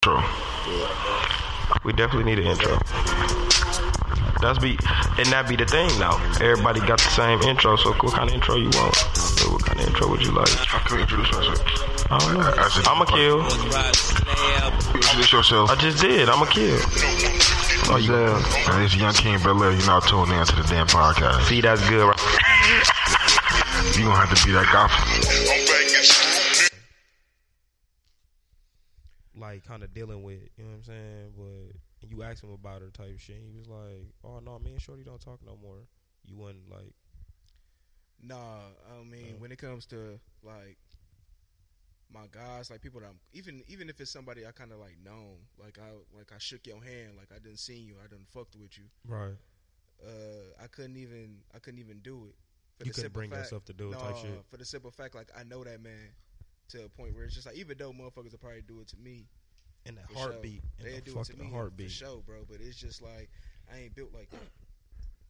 intro. We definitely need an intro. That's be and that be the thing now. Everybody got the same intro, so what kind of intro you want? So what kind of intro would you like? How can we introduce ourselves? I don't know. As if- I'ma kill. You Introduce yourself. I just did. I'ma kill. Oh yeah. And it's Young King Bel Air. You're not tuned in to the damn podcast. See that's good. Right? You gonna have to be that guy. like kind of dealing with, you know what I'm saying? But you asked him about her type shit. And he was like, "Oh no, me and Shorty don't talk no more." You wasn't like, Nah, I mean when it comes to like my guys, like people that I'm even even if it's somebody I kind of like known, like I like I shook your hand, like I didn't see you, I didn't fucked with you. right? Uh, I couldn't even I couldn't even do it. For You couldn't simple bring yourself to do it type shit. For the simple fact, like I know that man to a point where it's just like even though motherfuckers will probably do it to me, In the for heartbeat, sure. in They'll the do it to fucking me heartbeat. for sure, bro. But it's just like I ain't built like that.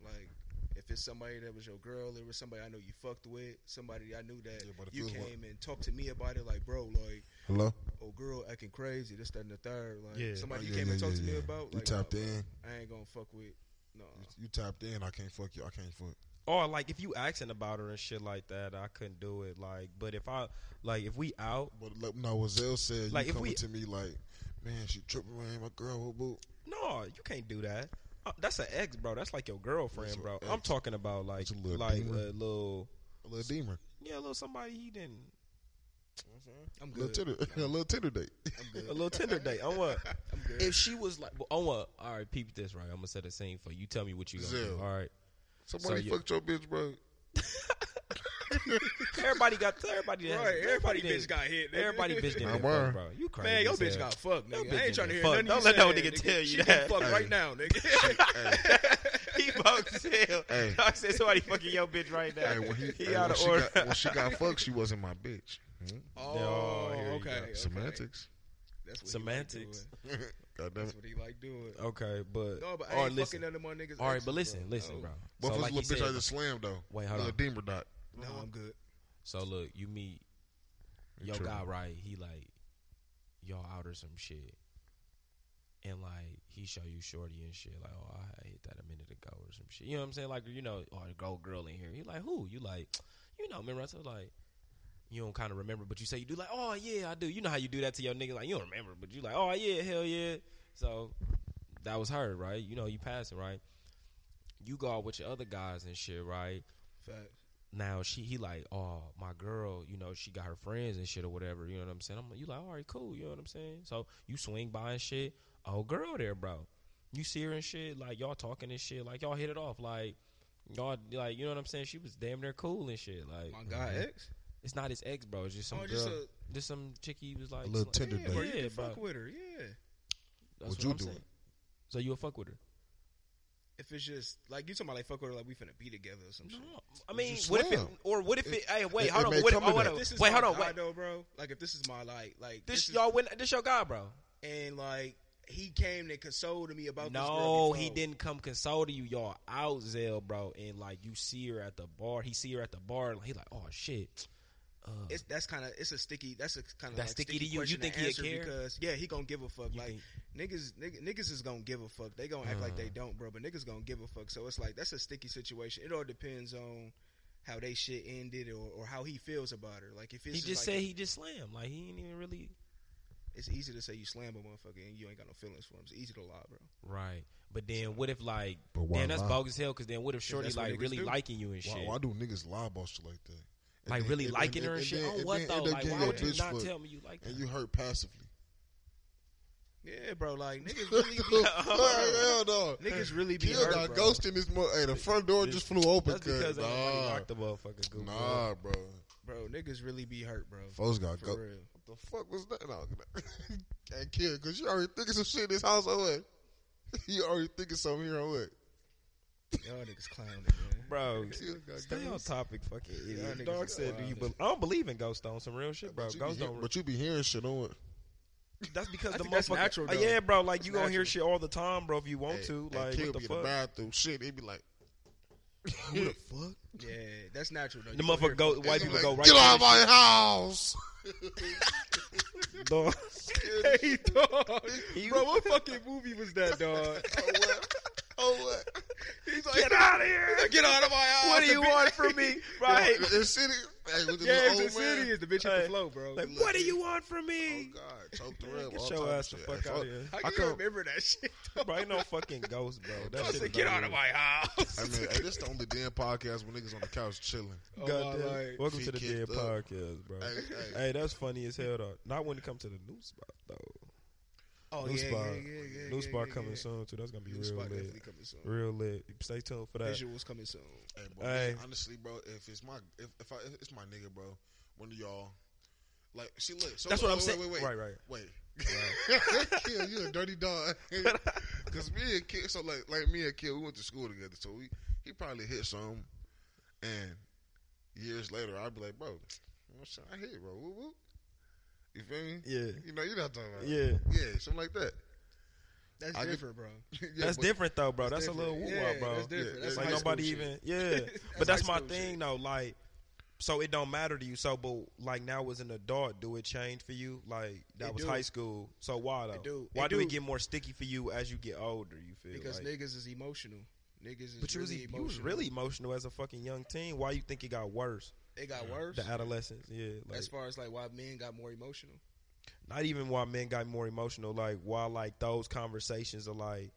Like if it's somebody that was your girl, it was somebody I know you fucked with, somebody I knew that Yeah, but if you it was- came and talked to me about it, like bro, like Hello? oh girl acting crazy, this that and the third, like Yeah. somebody Oh, you yeah, came and yeah, talked to yeah, me yeah. about, uh, You like, nah, tapped bro, in? I ain't gonna fuck with no. You tapped in. I can't fuck you. I can't fuck. Or like if you asking about her and shit like that, I couldn't do it. Like, but if I like if we out, But look, no, what Zell said, Like, you if coming we- to me like, man, she tripping around my girl. Whoop, whoop. no, you can't do that. Uh, that's an ex, bro. That's like your girlfriend, That's your bro. ex. I'm talking about like That's a little like demon. a little A little demon. yeah, a little somebody he didn't I'm A little good. tender. a little tender date. a little Tinder date. I want. I'm good. If she was like, well, I want, all right, peep this right. I'm gonna set the scene for you. You tell me what you gonna Zell. do. All right, Somebody So you- fucked your bitch, bro. Everybody got everybody. done- Right, everybody done- bitch got hit. nigga. Everybody bitch didn't Not get mine. fucked, bro. You crazy. Man, your as bitch hell. got fucked, Your nigga. bitch I ain't trying getting to hear fucked. nothing Don't you let no saying, nigga tell you she that. getting fucked Hey. right now, nigga. he fucked still. Hey. I said somebody fucking your bitch right now. Hey, when he, he hey, out when, of she order. got, when she got fucked, she wasn't my bitch. Hmm? Oh, Oh, here you okay. go. okay. Semantics. That's what Semantics. He like doing. God damn That's it. what he like doing. Okay, but No, but I All ain't right, listen. fucking none of my niggas. all right, ex, but bro. listen, listen, Oh. bro. What so if like this you little bitch I said, just slammed, though? Wait, hold Little on. demon dot. No, I'm good. so look, you meet your tripping. guy, right? He like, y'all out or some shit, and like he show you shorty and shit. Like, oh, I hit that a minute ago or some shit. You know what I'm saying? Like, you know, oh, the gold girl in here. You like who? You like, you know, remember I said like. You don't kind of remember, but you say you do. Like, oh yeah, I do. You know how you do that to your nigga. Like, you don't remember, but you like, oh yeah, hell yeah. So that was her, right? You know, you passing, right? You go out with your other guys and shit, right? Fact. Now she he like, oh my girl, you know she got her friends and shit or whatever. You know what I'm saying? I'm like, you like, all right, cool. You know what I'm saying? So you swing by and shit. Oh girl, there, bro. You see her and shit, like y'all talking and shit, like y'all hit it off, like y'all like you know what I'm saying? She was damn near cool and shit. Like My guy ex. it's not his ex, bro. It's just some Oh, girl, just just, a some chickie. was like A little sla- Tinder yeah, bro. date. You Yeah, can bro. fuck with her. Yeah. That's Would what you I'm do saying. it? So you a fuck with her? If it's just like you talking about like fuck with her, like we finna be together or some shit. No, I mean, you what if it, slam. or what if it? hey, wait, it- hold it on. may but What if, come to oh, wait, that. on, This is wait, my hold on. guy, Wait, though, bro. Like if this is my like like this is- y'all win. This your guy, bro. and like he came to console to me about this girl. No, he before. didn't come console to you. Y'all out, Zell, bro, and like you see her at the bar. He see her at the bar. Like, he like, oh shit. Uh, It's that's kind of it's a sticky. That's a kind of That's like sticky to you? You question think he'd answer care? Because yeah, he gonna give a fuck. You like think- niggas, niggas, niggas is gonna give a fuck. They gonna act like they don't, bro. But niggas gonna give a fuck. So it's like that's a sticky situation. It all depends on how they shit ended or, or how he feels about her. Like if it's he just like said he just slammed. Like he ain't even really it's easy to say you slam a motherfucker and you ain't got no feelings for him. It's easy to lie, bro. right. But then what if like? But why Damn, that's lie? bogus as hell. Because then what if Shorty that's what like niggas really do. liking you and Why, shit? why do niggas lie about shit like that? And like then- really and- liking and- her and, and shit. then- oh, and what then though? end up Like, getting why your would you bitch not fucked. tell me you like And that? you hurt passively. Yeah, bro. Like niggas really, be, Hell no. niggas really be Kill hurt, got bro. ghosting this month. Hey, the front door just flew open. That's because cuz, everybody nah, rocked the motherfucker. Google. nah, bro. bro. Niggas really be hurt, bro. Folks got For go. real. What the fuck was that? No, can't kill because you already thinking some shit in this house on what? You already thinking something here on what? Y'all niggas clowning, man. Bro, Kill got stay on ghost. topic, fucking Y'all idiot. niggas Dog is said, "Do you?" wild. Be- I don't believe in ghost on some real shit, bro. But you, be Ghost hear- don't. but you be hearing shit on it. That's because I the think that's motherfucker. natural, Uh, though. yeah, bro. Like That's you gonna hear natural. shit all the time, bro. If you want to, like what kill the be in the fuck? bathroom, shit. He be like, who the fuck? Yeah, that's natural though. The You gonna hear motherfucker go. from- White He be people go like, right. Get to out of the my house. dog. hey, dog. Bro, what fucking movie was that, dog? Oh what? Oh what? Ah, He's like, get out of here! Get out of my eyes! What do you The bitch- want from me? Right? The city. Hey, with the Yeah, old it's the Oh, man. city. Is the bitch hit Hey. the flow, bro? Like, what do you want from Oh me? God, choke the rim. Get all your type of ass the shit. fuck Hey, out of here. How I can you couldn't- remember that shit? dog? Bro, ain't no fucking ghost, bro. That I shit said, is get not out of real. my house. I mean, hey, this the only damn podcast when niggas on the couch chilling. Oh, God my damn. life. Welcome to Feet the Dead kicked up. Podcast, bro. Hey, hey. Hey, that's funny as hell, though. Not when it comes to the new spot, though. Oh, new yeah, spot. yeah, yeah, yeah, new yeah, spot yeah, coming yeah. soon, too. That's going to be New real spot lit. definitely coming soon. Real lit. Stay tuned for that. Visuals coming soon. Hey, bro, Hey. honestly, bro, if it's my if, if I if it's my nigga, bro, one of y'all, like, see, look, so That's what wait, I'm saying. Wait, wait, wait, Right, right. wait. Kill, you a dirty dog. Cause me and Kid, so like, like me and Kid, we went to school together, so we he probably hit some, and years later, I'd be like, bro, you know what I'm saying? I hit, bro, woo woo. You feel me? Yeah. You know, you know what I'm talking about? Yeah. yeah, something like that. That's I get- different, bro. Yeah, that's but- different though, bro. that's That's, a little woo different. woo, Yeah, bro. that's different. Yeah, That's yeah, like high school nobody shit. even, yeah. That's but that's high my school thing shit. though. Like, so it don't matter to you. So, but like now as an adult, do it change for you? Like that It was do. high school. So why though? do. Why It do do. it get more sticky for you as you get older? You feel Because like, niggas is emotional. Niggas is but you was, e, really you was emotional. really emotional as a fucking young teen. Why you think it got worse? It got worse. The adolescence, yeah. Like, as far as like why men got more emotional. not even why men got more emotional, like why like those conversations are like,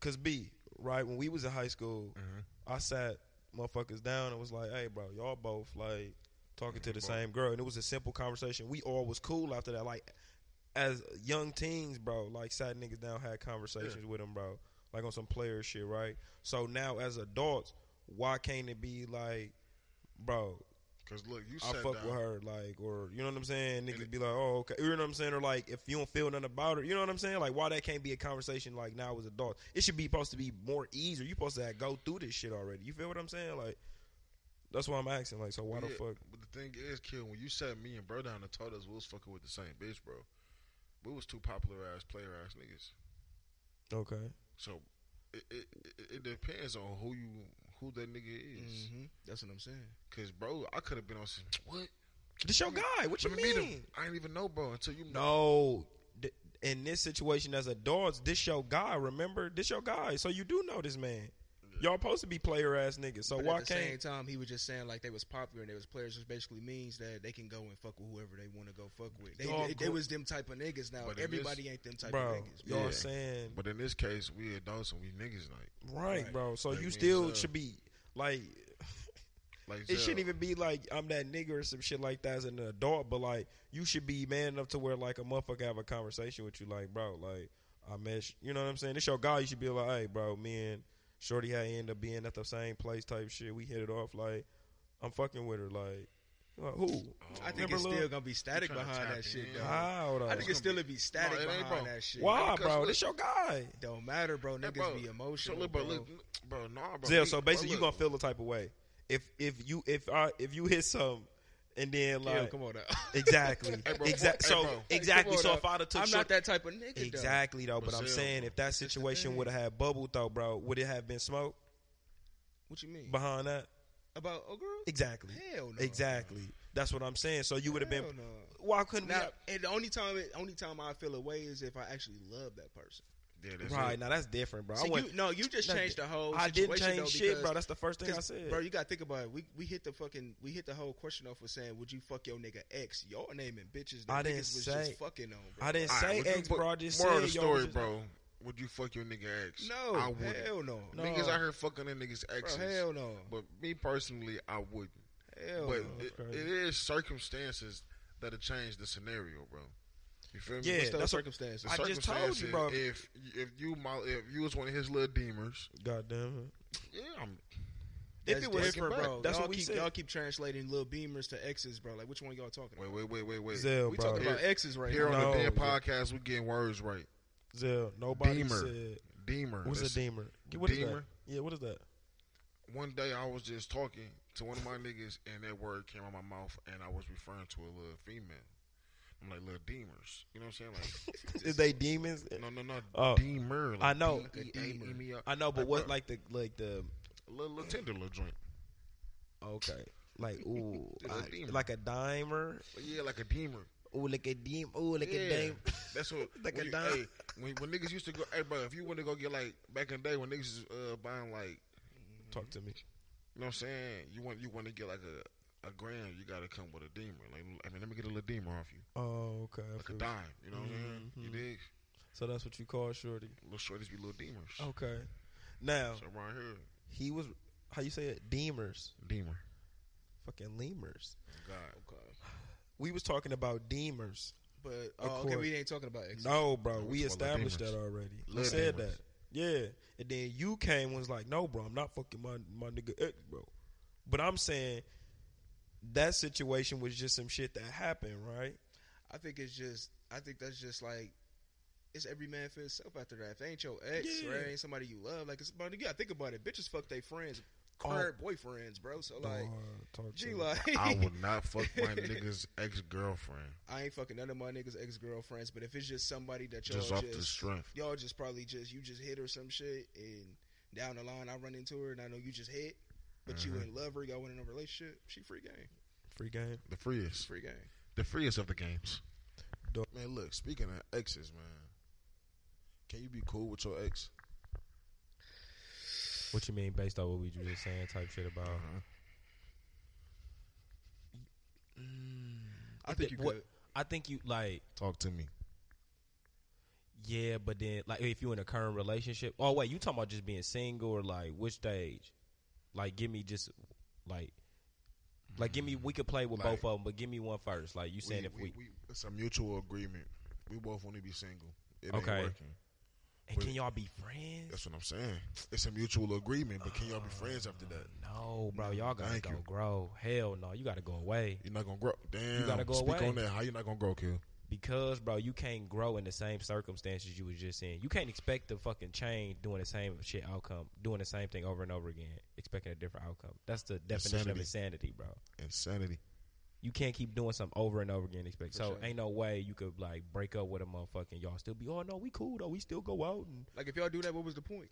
cause B right when we was in high school, I sat motherfuckers down and was like, hey bro, y'all both like talking to the same girl, and it was a simple conversation. We all was cool after that, like as young teens, bro. Like sat niggas down, had conversations with them, bro, like on some player shit, right? So now as adults, why can't it be like, bro? Cause look, you I sat fuck down. with her, like, or you know what I'm saying? Niggas be like, oh, okay, you know what I'm saying? Or like, if you don't feel nothing about her, you know what I'm saying? Like, why that can't be a conversation like now as adults? It should be supposed to be more easier. You supposed to go through this shit already. You feel what I'm saying? Like, that's why I'm asking. Like, so why the Yeah, fuck? But the thing is, kid, when you sat me and bro down and told us we was fucking with the same bitch, bro, we was two popular ass player ass niggas. Okay, So it, it it- it depends on who you who that nigga is. hmm That's what I'm saying. Cause bro, I could have been on some what? this your guy. What you Let me meet mean? him. I didn't even know, bro, until you No, th- in this situation as adults, this your guy. Remember, this your guy. So you do know this man. Y'all supposed to be player ass niggas. So But why at the same can't? time, he was just saying like they was popular and they was players, which basically means that they can go and fuck with whoever they want to go fuck with. They, Dog, they, go- they was them type of niggas. Now But in everybody ain't them type of Bro, niggas. y'all Yeah. saying But in this case, we adults and we niggas like Right, uh, Right. bro. So Like, you we still ain't sell. should be like like it Zell, shouldn't even be like I'm that nigga or some shit like that as an adult, but like you should be man enough to where like a motherfucker have a conversation with you, like bro, like I mesh, you know what I'm saying? It's your guy. You should be like, hey, bro, me and Shorty had end up being at the same place, type shit. We hit it off, like I'm fucking with her, like, like, who? I think Remember it's Lil- still gonna be static tryna behind tap that shit, in. though. How though? I think it's still gonna be static it ain't, behind bro. that shit. Why, because bro? look- This your guy, Don't matter, bro. Hey, Niggas bro, be emotional, So look, bro. bro, look, bro, nah, bro. Zell. we- So bro, basically, you look. gonna feel the type of way if if you if I if you hit some and then Yeah, like come on, now. Exactly. Hey, bro, exactly. hey, So bro. Hey, exactly. come on So now. if I'd have took I'm short- not that type of nigga. though. exactly though, but I'm Brazil. saying if that situation thing. would have had bubble though, bro, would it have been smoke What you mean behind that? about a girl? Exactly. Hell no. Exactly. That's what I'm saying. So you would have been. Hell no. Why couldn't Now, we? and the only time, it, only time I feel away is if I actually love that person. Yeah, that's Right it. now, that's different, bro. See, I went. you, no, you just that's changed di- the whole. I didn't situation, change though, shit, bro. because- That's the first thing I 'cause, said. Bro, you gotta think about it. We we hit the fucking we hit the whole question off with saying, "Would you fuck your nigga ex?" Y'all naming bitches. That I niggas didn't was say- just fucking on. Bro. I didn't All say right, would you ex, put- bro. I just moral said of the y'all was story, just- bro. Would you fuck your nigga ex? No, I would. hell no. No. Niggas out here fucking their niggas Bro, exes. hell no. But me personally, I wouldn't. Hell but no. it, crazy. it is circumstances that have changed the scenario, bro. You feel me? Yeah, What's those that's what- circumstances? The I just told you, bro. circumstances, If if you my, if you was one of his little demons, God damn yeah, I'm it. If That's it was different, bro, bro. that's y'all what we keep, said. Y'all keep translating little beamers to exes, bro. Like, which one y'all talking wait, about? wait, wait, wait, wait. Zell, we bro. talking about exes right Here now. on No, the damn yeah. podcast, we getting words right. Zell, nobody Deemer. said. Deemer. What's That's- a deemer? What is Deemer? that? Yeah, what is that? One day I was just talking to one of my niggas, and that word came out my mouth, and I was referring to a little female. I'm like little demons. You know what I'm saying? Like Is they demons? No, no, no. Oh. Deemer. I know. D-E-A-M-E-R. I know, but Like, what bro, like the like the little, little tender little joint? okay. Like ooh, Like a I- deemer. like a dimer. But yeah, like a deemer. Ooh, like a dim. Ooh, like a Yeah, dime. that's what. Like when a you- dime. hey, when, when niggas used to go, hey, bro, if you want to go get like back in the day when niggas was uh, buying like, Talk to me. you know what I'm saying, you want you want to get like a a gram, you gotta come with a deemer. Like, I mean, let me get a little deemer off you, Oh, okay. I like a feel- dime. You know what I'm saying? You Mhm. dig? So that's what you call shorty. Little shorties be little deemers. Okay. Now So around here, he was how you say it? Deemers, deemer. fucking lemurs. Oh, God, We was talking about deemers. But Of oh, okay, course. we ain't talking about exes. No, bro, we we talking about established Deemers. that already. We Love said Deemers. that. Yeah, and then you came and was like, "No, bro, I'm not fucking my my nigga ex, bro." But I'm saying that situation was just some shit that happened, right? I think it's just. I think that's just like. It's every man for himself after that. If they ain't your ex, Yeah. right? Ain't somebody you love. Like it's about. Yeah, think about it. Bitches fuck their friends, Oh. current boyfriends, bro. So like, uh, talk gee, like I would not fuck my nigga's ex girlfriend I ain't fucking none of my niggas ex girlfriends, but if it's just somebody that y'all just just, off the strength. y'all just probably just you just hit or some shit, and down the line I run into her and I know you just hit, but you Mhm. in love her, y'all went in a relationship. She free game, free game. The freest. free game. the freest of the games. Dope. Man, look, speaking of exes, man, can you be cool with your ex? What you mean based on what we were just saying type shit about? Uh-huh. I think you what- could. I think you like Talk to me. yeah, but then like if you in a current relationship. Oh wait, you talking about just being single or like which stage? Like give me just like like give me we could play with Like- both of them, but give me one first. Like you saying if we, it's a mutual agreement. We both want to be single. It Okay. ain't working. and we- can y'all be friends? That's what I'm saying. It's a mutual agreement, but can y'all be friends after that? No, bro, y'all gotta Thank go you. grow. Hell no, you gotta go away You're not gonna grow. Damn. gotta go Speak away. on that. How you not gonna grow, Kill? because, bro, you can't grow in the same circumstances you was just in. You can't expect to fucking change doing the same shit outcome, doing the same thing over and over again, expecting a different outcome. That's the definition of insanity, bro. Insanity. You can't keep doing something over and over again. Expect so ain't no way you could like break up with a motherfucker and y'all still be oh no we cool though we still go out and Like if y'all do that, what was the point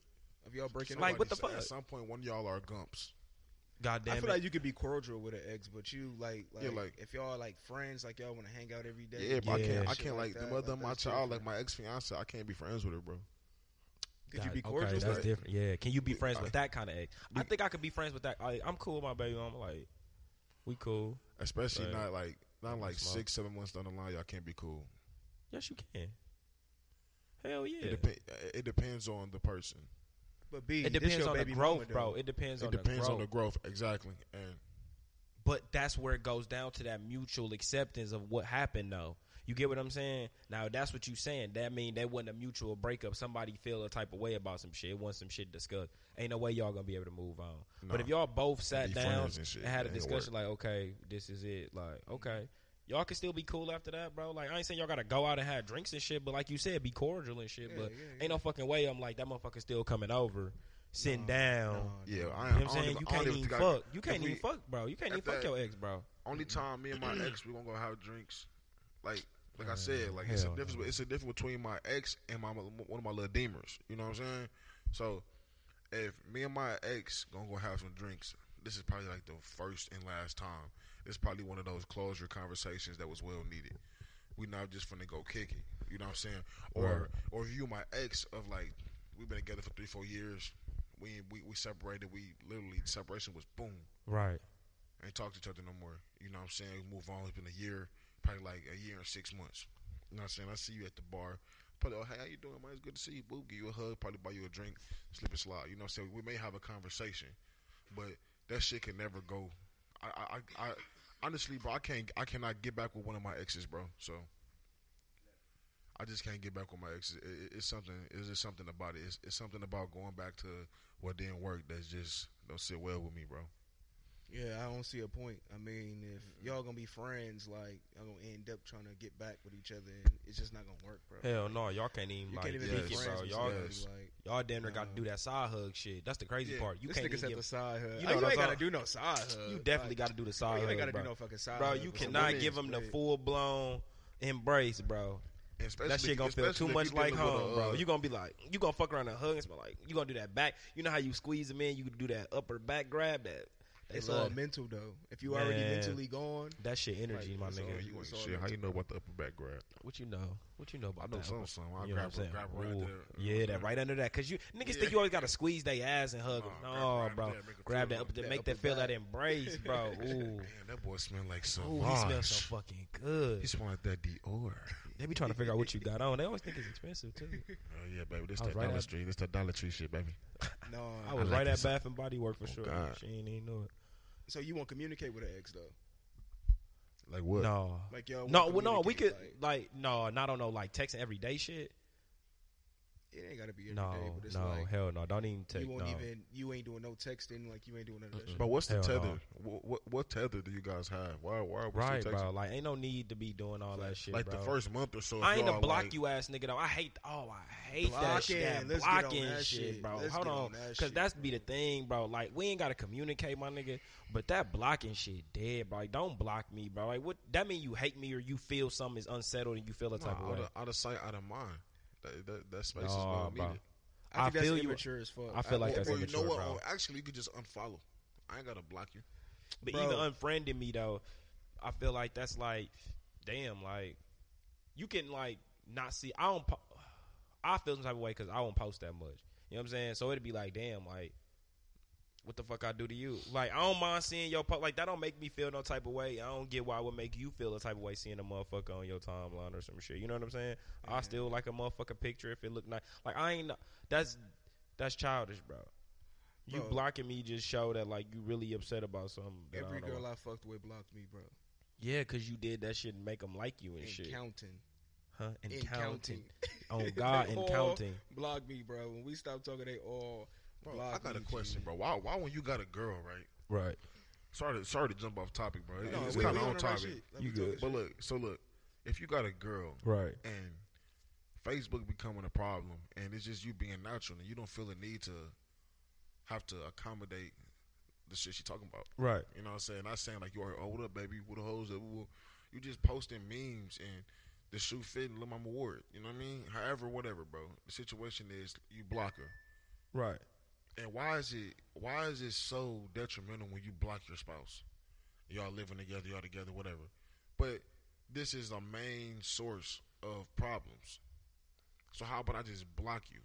of y'all breaking Like, up? what the Somebody said fuck? At some point, one of y'all are gumps. goddamn I it feel like you could be cordial with an ex, but you like, like, Yeah, like- if y'all like friends, like y'all want to hang out every day. Yeah, but I Yeah. can't. I Shit can't like, like the that, mother like, of my that's child, different. like my ex fiance. I can't be friends with her, bro. Could you God, be cordial? Okay, with that's it? different. Yeah, can you be friends with that kind of ex? I think I could be friends with that. I, I'm cool with my baby. I'm like, we cool. Especially Right. not like not like Smoke. six, seven months down the line. Y'all can't be cool. Yes, you can. Hell yeah. It, depend, it depends on the person. But B, It this depends your on the baby growth, mama, though. bro. It depends it on depends the growth. on the growth, exactly. And But that's where it goes down to that mutual acceptance of what happened, though. You get what I'm saying? Now, that's what you saying. That mean that wasn't a mutual breakup. Somebody feel a type of way about some shit. Want some shit discussed. Ain't no way y'all gonna be able to move on. But Nah. if y'all both sat Be down and, friends and shit. had a That ain't discussion, like, okay, this is it. Like, okay, y'all can still be cool after that, bro. Like, I ain't saying y'all gotta go out and have drinks and shit, but like you said, be cordial and shit. Yeah, but yeah, ain't no fucking way. I'm like that motherfucker still coming over, sitting down. yeah, You I, know I what don't I'm saying? even- You I don't can't even think I- fuck. You can't if we- even fuck, bro. You can't if even fuck that- your ex, bro. Only Mm-hmm. time me and my ex we gonna go have drinks, like like I said, like it's a hell difference. no. It's a difference between my ex and my one of my little demons. You know what I'm saying? So if me and my ex gonna go have some drinks, this is probably like the first and last time. It's probably one of those closure conversations that was well needed. We not just finna go kick it. You know what I'm saying? Or or you my ex of like we've been together for three four years. We we we separated. We literally separation was boom Right. ain't talk to each other no more. You know what I'm saying? We move on. It's been a year, probably like a year and six months. You know what I'm saying? I see you at the bar. Probably, oh, hey, how you doing, man? It's good to see you, boo. Give you a hug, probably buy you a drink, slip and slide. You know what I'm saying? We may have a conversation, but that shit can never go. I, I, I, I honestly, bro, I can't, I cannot get back with one of my exes, bro. So. I just can't get back with my exes. It, it- it's something. It's just something about it. It's, it's something about going back to what didn't work that's just don't sit well with me, bro. Yeah, I don't see a point. I mean, if y'all gonna be friends, like y'all gonna end up trying to get back with each other, and it's just not gonna work, bro. Hell no, y'all can't even you like can't even kick be it, Yes. friends. bro. with Y'all somebody, Yes. like y'all damn near got to Nah. do that side hug shit. That's the crazy Yeah. part. You this can't nigga's even at the give, side You hug. know You, what you I'm ain't gotta talking- do no side hug. you definitely Like, got to do the side You hug, ain't gotta bro. do no fucking side bro, hug you with some cannot women. give them the Like, full blown embrace, bro. Especially that shit if- gonna feel especially too if much you like dealing with a, home, bro. uh, You gonna be like, you gonna fuck around and hug and smell like, you gonna do that back. You know how you squeeze them in? You do that upper back grab, that They it's all love mental though. If you already Man. mentally gone, that shit energy, Like, my it's nigga. all- you ain't it's all shit. How you know about the upper back grab? What you know? What you know about I know that? some, some. I You know grab, what I'm saying? grab right Ooh. there. uh, Yeah, that right under that, cause you niggas Yeah. think you always gotta squeeze their ass and hug them. Nah, no, grab- grab bro, that, make 'em grab feel that up, that to make them feel upper that embrace, bro. Ooh, Damn, that boy smell like so. ooh, he smells so fucking good. He smell like that Dior. They be trying to figure out what you got on. They always think it's expensive too. Oh yeah, baby. This I was that right Dollar at- Tree. This that Dollar Tree shit, baby. no. I was like right this. at Bath and Body Work for Oh, sure. God. She ain't even know it. so you won't communicate with an ex though. Like what? No, Like y'all. no, won't well, no, we could communicate, like, like, no, not on no like texting everyday shit. it ain't gotta be every day, No, but it's no, like hell no, don't even text. you No. won't even. You ain't doing no texting. Like you ain't doing none of that shit. But what's the Hell no. tether? What, what what tether do you guys have? Why why are we Right, still texting? bro. Like, ain't no need to be doing all that shit. Like bro. the first month or so. if I ain't a y'all, block like, you ass nigga though. I hate oh I hate that Blocking. shit. That Let's get on blocking that shit, shit. bro. Let's Hold get on on, that cause shit, that's be the thing, bro. Like we ain't gotta communicate, my nigga. But that blocking shit dead, bro. Like don't block me, bro. Like what? That mean you hate me or you feel something is unsettled and you feel a nah, type of out, way. of, out of sight, out of mind. That, that, that space is Nah, not bro. needed. I, I think feel that's you. immature as fuck. I feel like Or- that's or you immature, know what? bro. Or actually, you could just unfollow. I ain't gotta block you. But Bro. even unfriending me though, I feel like that's like, damn, like you can like not see. I don't. Po- I feel some type of way because I don't post that much. You know what I'm saying? So it'd be like, damn, like what the fuck I do to you? Like I don't mind seeing your post. Like that don't make me feel no type of way. I don't get why it would make you feel a type of way seeing a motherfucker on your timeline or some shit. You know what I'm saying? I still like a motherfucker picture if it look nice. Like I ain't. That's that's childish, bro. You Bro. blocking me just show that like you really upset about something. that I Every don't know girl I fucked with blocked me, bro. yeah, cause you did that shit and make them like you and, And shit, counting. huh? And, And counting. counting. Oh God, They and all counting. Block me, bro. When we stop talking, they all Bro, block I got a me, question, G. bro. Why why when you got a girl, right? Right. Sorry to sorry to jump off topic, bro. It- No, it's we- kind we of on the right topic. shit. Let You me talk good. this But look, so look, if you got a girl Right. and Facebook becoming a problem, and it's just you being natural, and you don't feel the need to have to accommodate the shit she talking about. Right. You know what I'm saying? Not saying like you are, oh, what up, baby? What the hoes up? What- You just posting memes and the shoe fitting, let my award. You know what I mean? However, whatever, bro. The situation is you block her. Right. And why is it why is it so detrimental when you block your spouse? Y'all living together, y'all together, whatever. But this is the main source of problems. So how about I just block you?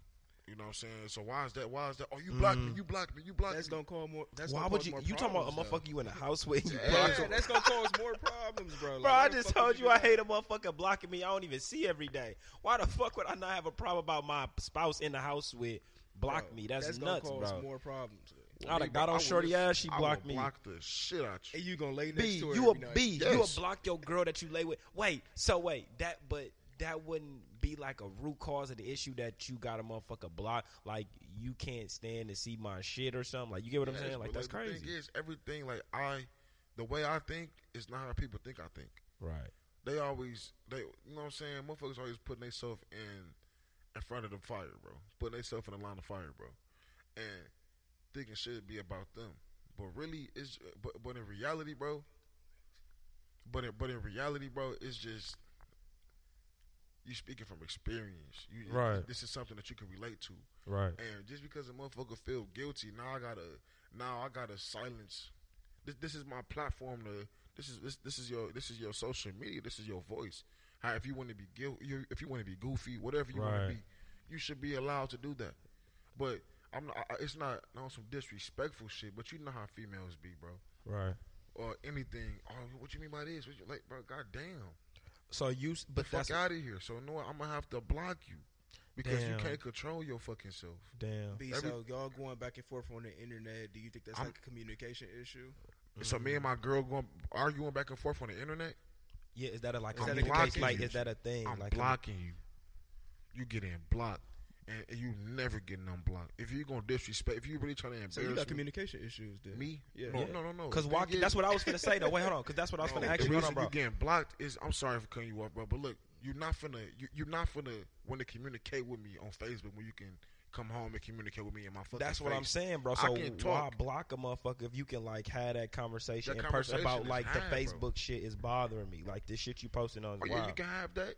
You know what I'm saying? So why is that? Why is that? Oh, you blocked Mm-hmm. me. You blocked me. You blocked That's me. gonna cause more. That's Why gonna would cause you? more You talking about a problems, motherfucker you in the house with? and You Yeah. block though. him? Yeah, that's gonna cause more problems, bro. Like, Bro, why I the just fuck told would you I do hate a motherfucker blocking me. I don't even see every day. Why the fuck would I not have a problem about my spouse in the house with that, block bro? me? That's, that's nuts, gonna cause bro. More problems. I'd have got on would shorty just- ass. She I would blocked me. Block the shit out you. And you gonna lay next B, to her you a every night. B. Yes. You a block your girl that you lay with. Wait, so wait, that but that wouldn't be like a root cause of the issue that you got a motherfucker block. Like you can't stand to see my shit or something. Like you get what I'm Yes, saying? but, Like that's The thing crazy, is, everything like I, the way I think is not how people think. I think right? they always they, you know what I'm saying? Motherfuckers always putting themselves in in front of the fire, bro. Putting themselves in the line of fire, bro, and thinking shit be about them. But really, it's but but in reality, bro. But in, but in reality, bro, it's just you speaking from experience. You, Right. This is something that you can relate to. Right. And just because a motherfucker feel guilty, now I gotta, now I gotta silence. This, this is my platform. To this is this, this is your this is your social media. This is your voice. How if you want to be guilty, if you want to be goofy, whatever you want Right. to be, you should be allowed to do that. But I'm not. I, I- it's not on some disrespectful shit. But you know how females be, bro, Right. or anything. Oh, what you mean by this? What you, like, bro, goddamn, So you, s- the but fuck that's out of here. So no, I'm gonna have to block you because Damn. you can't control your fucking self. damn. B, Every- so y'all going back and forth on the internet. Do you think that's I'm- like a communication issue? So me and Mm-hmm. my girl going arguing back and forth on the internet. Yeah, is that a like I'm communication? blocking Like, you. is that a thing? I'm like a- blocking you. You getting blocked, and, and you never getting unblocked. If you gonna disrespect, if you really trying to So you got embarrass me, communication issues, then. me, Yeah. no, Yeah. no, no, no. Cause The why? thing That's is- what I was gonna say though. Wait, hold on. Cause that's what I was No, gonna ask Oh, the you. Hold reason on, bro. you getting blocked is I'm sorry for cutting you off, bro. But look, you're not finna you, you're not finna want to communicate with me on Facebook when you can come home and communicate with me in my fucking. That's what I'm face. saying, bro. I So can why talk. block a motherfucker if you can like have that conversation That in person conversation about is like the hard, bro. Facebook shit is bothering me, like this shit you posting on. is Oh, yeah, you wild. can have that.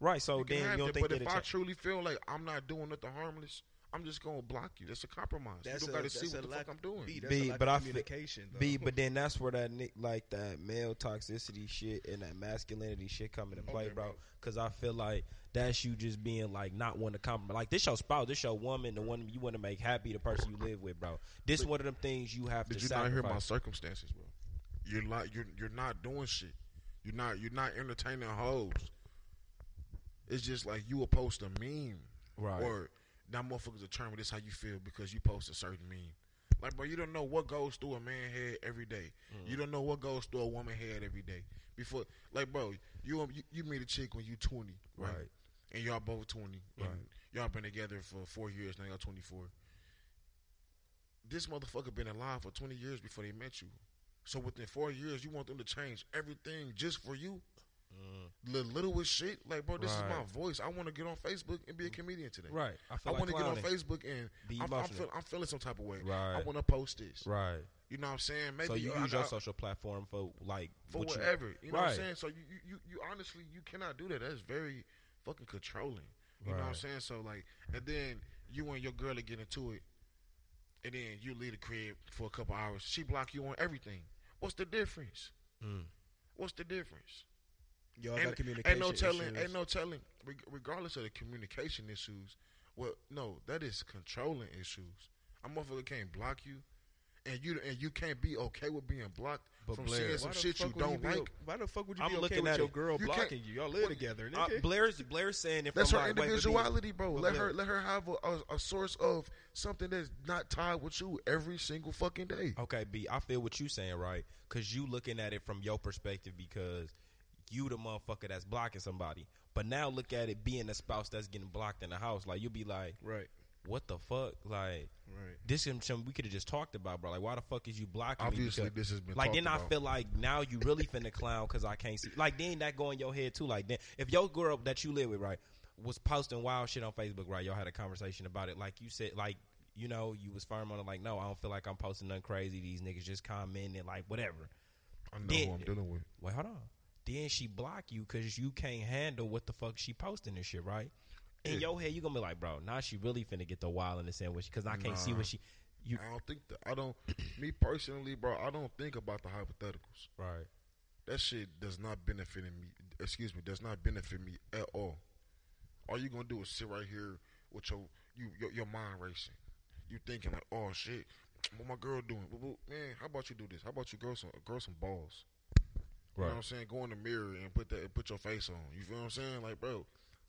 right. So You can then have Oh, you don't that, think but that if I it's truly feel like I'm not doing nothing harmless, I'm just gonna block you. That's a compromise. That's a- you don't gotta that's see a what the lack- fuck I'm doing. B, Beat. that's B, a lack but I of feel- communication. though. B, but then that's where that ni- like that male toxicity shit and that masculinity shit come into play, Okay, bro. bro. Because I feel like that's you just being like not one to compromise. Like this your spouse, this your woman, the one you want to make happy, the person you live with, bro. This one of them things you have Did to you not sacrifice. hear my circumstances, bro? You're not you're you're not doing shit. You're not you're not entertaining hoes. It's just like you will post a meme. Right. Or now motherfuckers determine this how you feel because you post a certain meme. Like bro, you don't know what goes through a man head every day. Mm. You don't know what goes through a woman head every day. Before like bro, you you, you meet a chick when you twenty, right? Right. And y'all both twenty. and Right. Y'all been together for four years, now y'all twenty four this motherfucker been alive for 20 years before they met you. So within four years, you want them to change everything just for you? The littlest shit? Like, bro, this Right. is my voice. I want to get on Facebook and be a comedian today. Right. I I feel like want to get on clowning. Facebook and Be I'm, I'm, emotional. feel, I'm feeling some type of way. I Right. want to post this. Right. You know what I'm saying? Maybe so you I- use your I- social platform for like for what you- whatever. You, know what I'm Right. saying? So you, you, you, you honestly you cannot do that. That's very fucking controlling. You know what I'm Right. saying? So like and then you and your girl are getting into it and then you leave the crib for a couple hours. She block you on everything. What's the difference? Hmm. Mm. What's the difference? y'all ain't, got communication ain't no telling. issues. Ain't no telling. Reg- Regardless of the communication issues, well, no, that is controlling issues. A motherfucker can't block you, and you and you can't be okay with being blocked But from Blair, seeing Why some the shit you fuck would don't be o- like. Why the fuck would you I'm be okay looking with at your it. girl You can't- blocking you? Y'all live together. Uh, nigga. Blair's Blair's saying if That's I'm her like, wait, but these- individuality, bro. but Let Blair- her let her have a, a, a source of something that's not tied with you every single fucking day. Okay, B, I feel what you saying, right? Cause you looking at it from your perspective because you the motherfucker that's blocking somebody. But now look at it being a spouse that's getting blocked in the house. Like you'll be like, Right. What the fuck? Like Right. this is something we could have just talked about, bro. Like why the fuck is you blocking Obviously, me? Because- this has been like talked then I about. feel like now you really finna clown because I can't see. Like then that go in your head too. Like then if your girl that you live with right was posting wild shit on Facebook right, y'all had a conversation about it. Like you said, like you know you was firm on it. Like no, I don't feel like I'm posting nothing crazy. These niggas just commenting like whatever. I know Then- who I'm dealing with. Wait, hold on. Then she block you because you can't handle what the fuck she posting and shit, right? In Yeah. your head, you gonna be like, bro, now she really finna get the wild in the sandwich because I can't see Nah. what she. You I don't think that. I don't. me personally, bro. I don't think about the hypotheticals. right, that shit does not benefit me. Excuse me, does not benefit me at all. All you gonna do is sit right here with your you your, your mind racing. You thinking like, oh shit, what my girl doing? Well, well, Man, how about you do this? How about you grow some grow some balls? You know what I'm saying? Go in the mirror and put that and put your face on. You feel what I'm saying? Like, bro,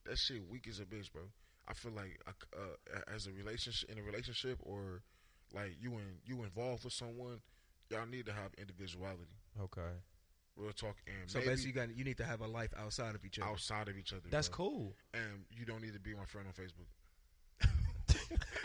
that shit weak as a bitch, bro. I feel like I c- uh, as a relationship in a relationship or like you in you involved with someone, y'all need to have individuality. Okay, Real talk and So maybe, basically, you got you need to have a life outside of each other. outside of each other. that's bro. cool. And you don't need to be my friend on Facebook.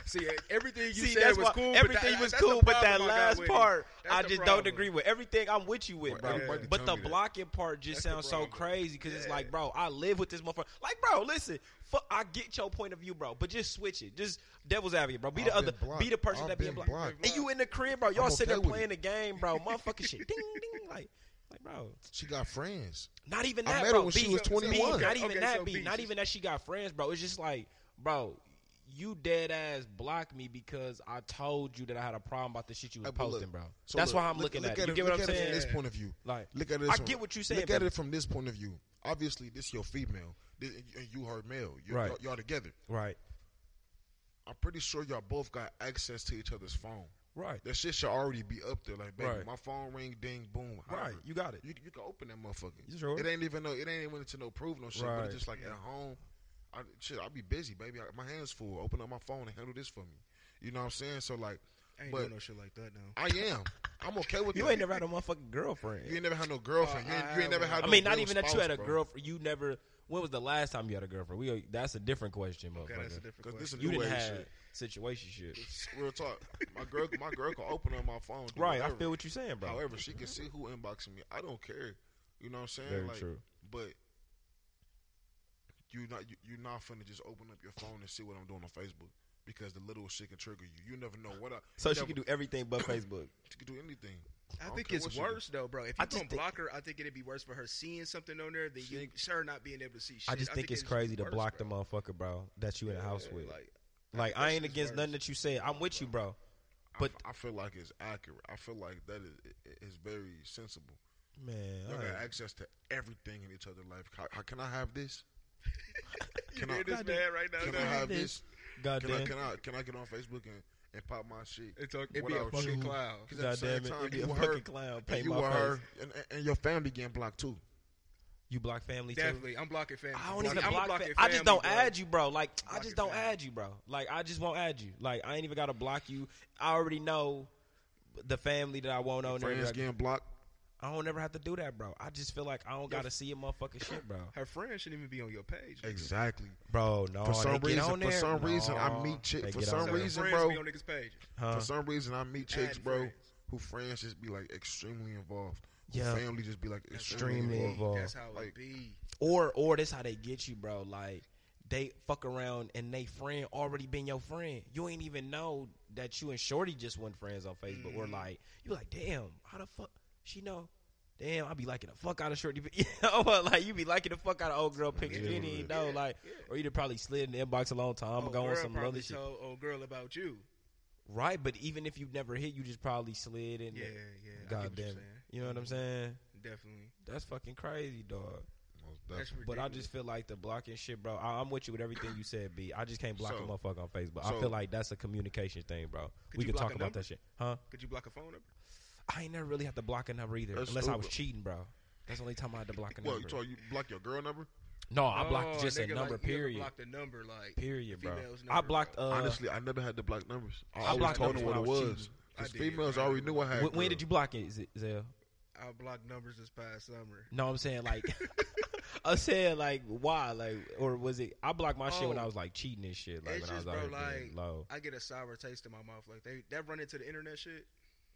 See, everything you See, said that's was why- cool. but Everything that- was that's the cool, but problem I that got last with it. part, That's I the just problem. don't agree with. Everything I'm with you with, Well, bro. everybody But tell the me that. blocking part just That's the sounds so problem. crazy because it's like, bro, I live with this motherfucker. Like, bro, listen, fuck, I get your point of view, bro, but just switch it. Just devil's advocate, bro. Be the I've other, been blocked. be the person I've that being been blocked. blocked. And you in the crib, bro. Y'all I'm sitting there okay with playing it. the game, bro. Motherfucking shit, ding ding, like, like, bro. She got friends. Not even I that, met her bro. when B, she was B, 21. not Okay, even so that, B, B. Not she's- even that she got friends, bro. It's just like, bro, you dead ass blocked me because I told you that I had a problem about the shit you was Hey, but posting, look, bro. so That's look- why I'm look- looking look at it. You it- get what look I'm at it from saying? this point of view. Like, look at it. I from- get what you saying, Look at but- it from this point of view. Obviously, this your female, this, and you her male. You're, Right. y'all, y'all together. Right, I'm pretty sure y'all both got access to each other's phone. right, That shit should already be up there. Like, baby, Right. my phone ring, ding, boom. right. however. You got it. You, you can open that motherfucker. You sure? It ain't even no. It ain't even to no proof no shit. But Right. it's just like at home, I, shit. I be busy, baby. I, my hands full. Open up my phone and handle this for me. You know what I'm saying? So like, I ain't but doing no shit like that now. I am. I'm okay with You that. ain't never had a motherfucking girlfriend. You ain't never had no girlfriend. you, ain't, I- you ain't never had. I no mean, not real even that you spouse, had a bro. girlfriend. You never. When was the last time you had a girlfriend? We that's a different question, Okay, that's a motherfucker. different 'Cause question. this is You new didn't age have shit. situation shit. Real talk. My girl, my girl can open up my phone. do Right, I whatever. feel what you're saying, bro. However, she can see who inboxing me. I don't care. You know what I'm saying? Very like, true. But you not you, you're not finna just open up your phone and see what I'm doing on Facebook because the little shit can trigger you. You never know what I. So you she never- can do everything but Facebook. she can do anything. I don't think care it's what she do. worse though, bro. If I you just don't think- block her, I think it'd be worse for her seeing something on there than you, her not being able to see. Shit. I just think it's crazy to block the motherfucker, bro, that you in the house with. Like, Like that I shit ain't is against worse. nothing that you said. I'm with you, bro. But But- I, feel like it's accurate. I feel like that is it- it's very sensible. Man, Y'all got access to everything in each other's life. How, how can I have this? You Can I- hear this God man right now? Can I dog? have this? this? Can I goddamn. can I can I get on Facebook and, and pop my shit? It's okay. It What be a I was fucking choosing. cloud. 'Cause at the same Goddamn it, time, it be a you were her, fucking clown. Pay and you my were face. her, and, and- and your family getting blocked too. You block family too. Definitely, I'm blocking family. I don't Like, even I'm block. blocking fa- I just don't family, bro. add you, bro. Like I Block just your don't family. add you, bro. Like I just won't add you. Like I ain't even gotta block you. I already know the family that I won't own. Friends getting blocked. I don't ever have to do that, bro. I just feel like I don't gotta see a motherfucking shit, bro. Her friend shouldn't even be on your page. nigga. Exactly. Bro, no. for they some get reason, on for there. some reason, I Nah, meet they chicks. For get some on there. reason, friends bro. be on niggas' pages. Huh? For some reason, I meet chicks, Add bro, friends. who friends just be like extremely involved. Yeah. Yeah. Family just be like Extremely extremely involved. involved. That's how uh, Like- it be. Or or this how they get you, bro. Like they fuck around and they friend already been your friend. You ain't even know that you and Shorty just went friends on Facebook. Mm-hmm. Or like you like, damn, how the fuck she know? Damn, I be liking the fuck out of Shorty. You know what? Like you be liking the fuck out of old girl picture. You didn't even know, like, or you done probably slid in the inbox a long time Old ago on Oh, girl some probably other shit, told old girl about you. right? But even if you never hit, you just probably slid in. the- Yeah, yeah. I get God what damn you're it. saying. Mm-hmm. You know what I'm saying? Definitely. That's fucking crazy, dog. Most That's definitely. ridiculous. But I just feel like the blocking shit, bro. I, I'm with you with everything you said, B. I just can't block So- a motherfucker on Facebook. I so- feel like that's a communication thing, bro. Could We you can block talk a about number? that shit, huh? could you block a phone number? I ain't never really had to block a number either, That's unless I was stupid. cheating, bro. That's the only time I had to block a Well, number. you talk, you block your girl number. no, I blocked Oh, just a nigga, number. like, you never period. Blocked a number like period, bro. female's I number, blocked. bro. Uh, Honestly, I never had to block numbers. I, always blocked told them numbers what when I it was was. cheating. I Cause did, females I already did. knew I when, had. when girl. did you block it, Z- Zell? I blocked numbers this past summer. No, I'm saying like, I'm saying like, why? Like, or was it? I blocked my shit when I Oh. was like cheating and shit. Like It's when I was just, out bro, here being like, low. I get a sour taste in my mouth. Like they that run into the internet shit.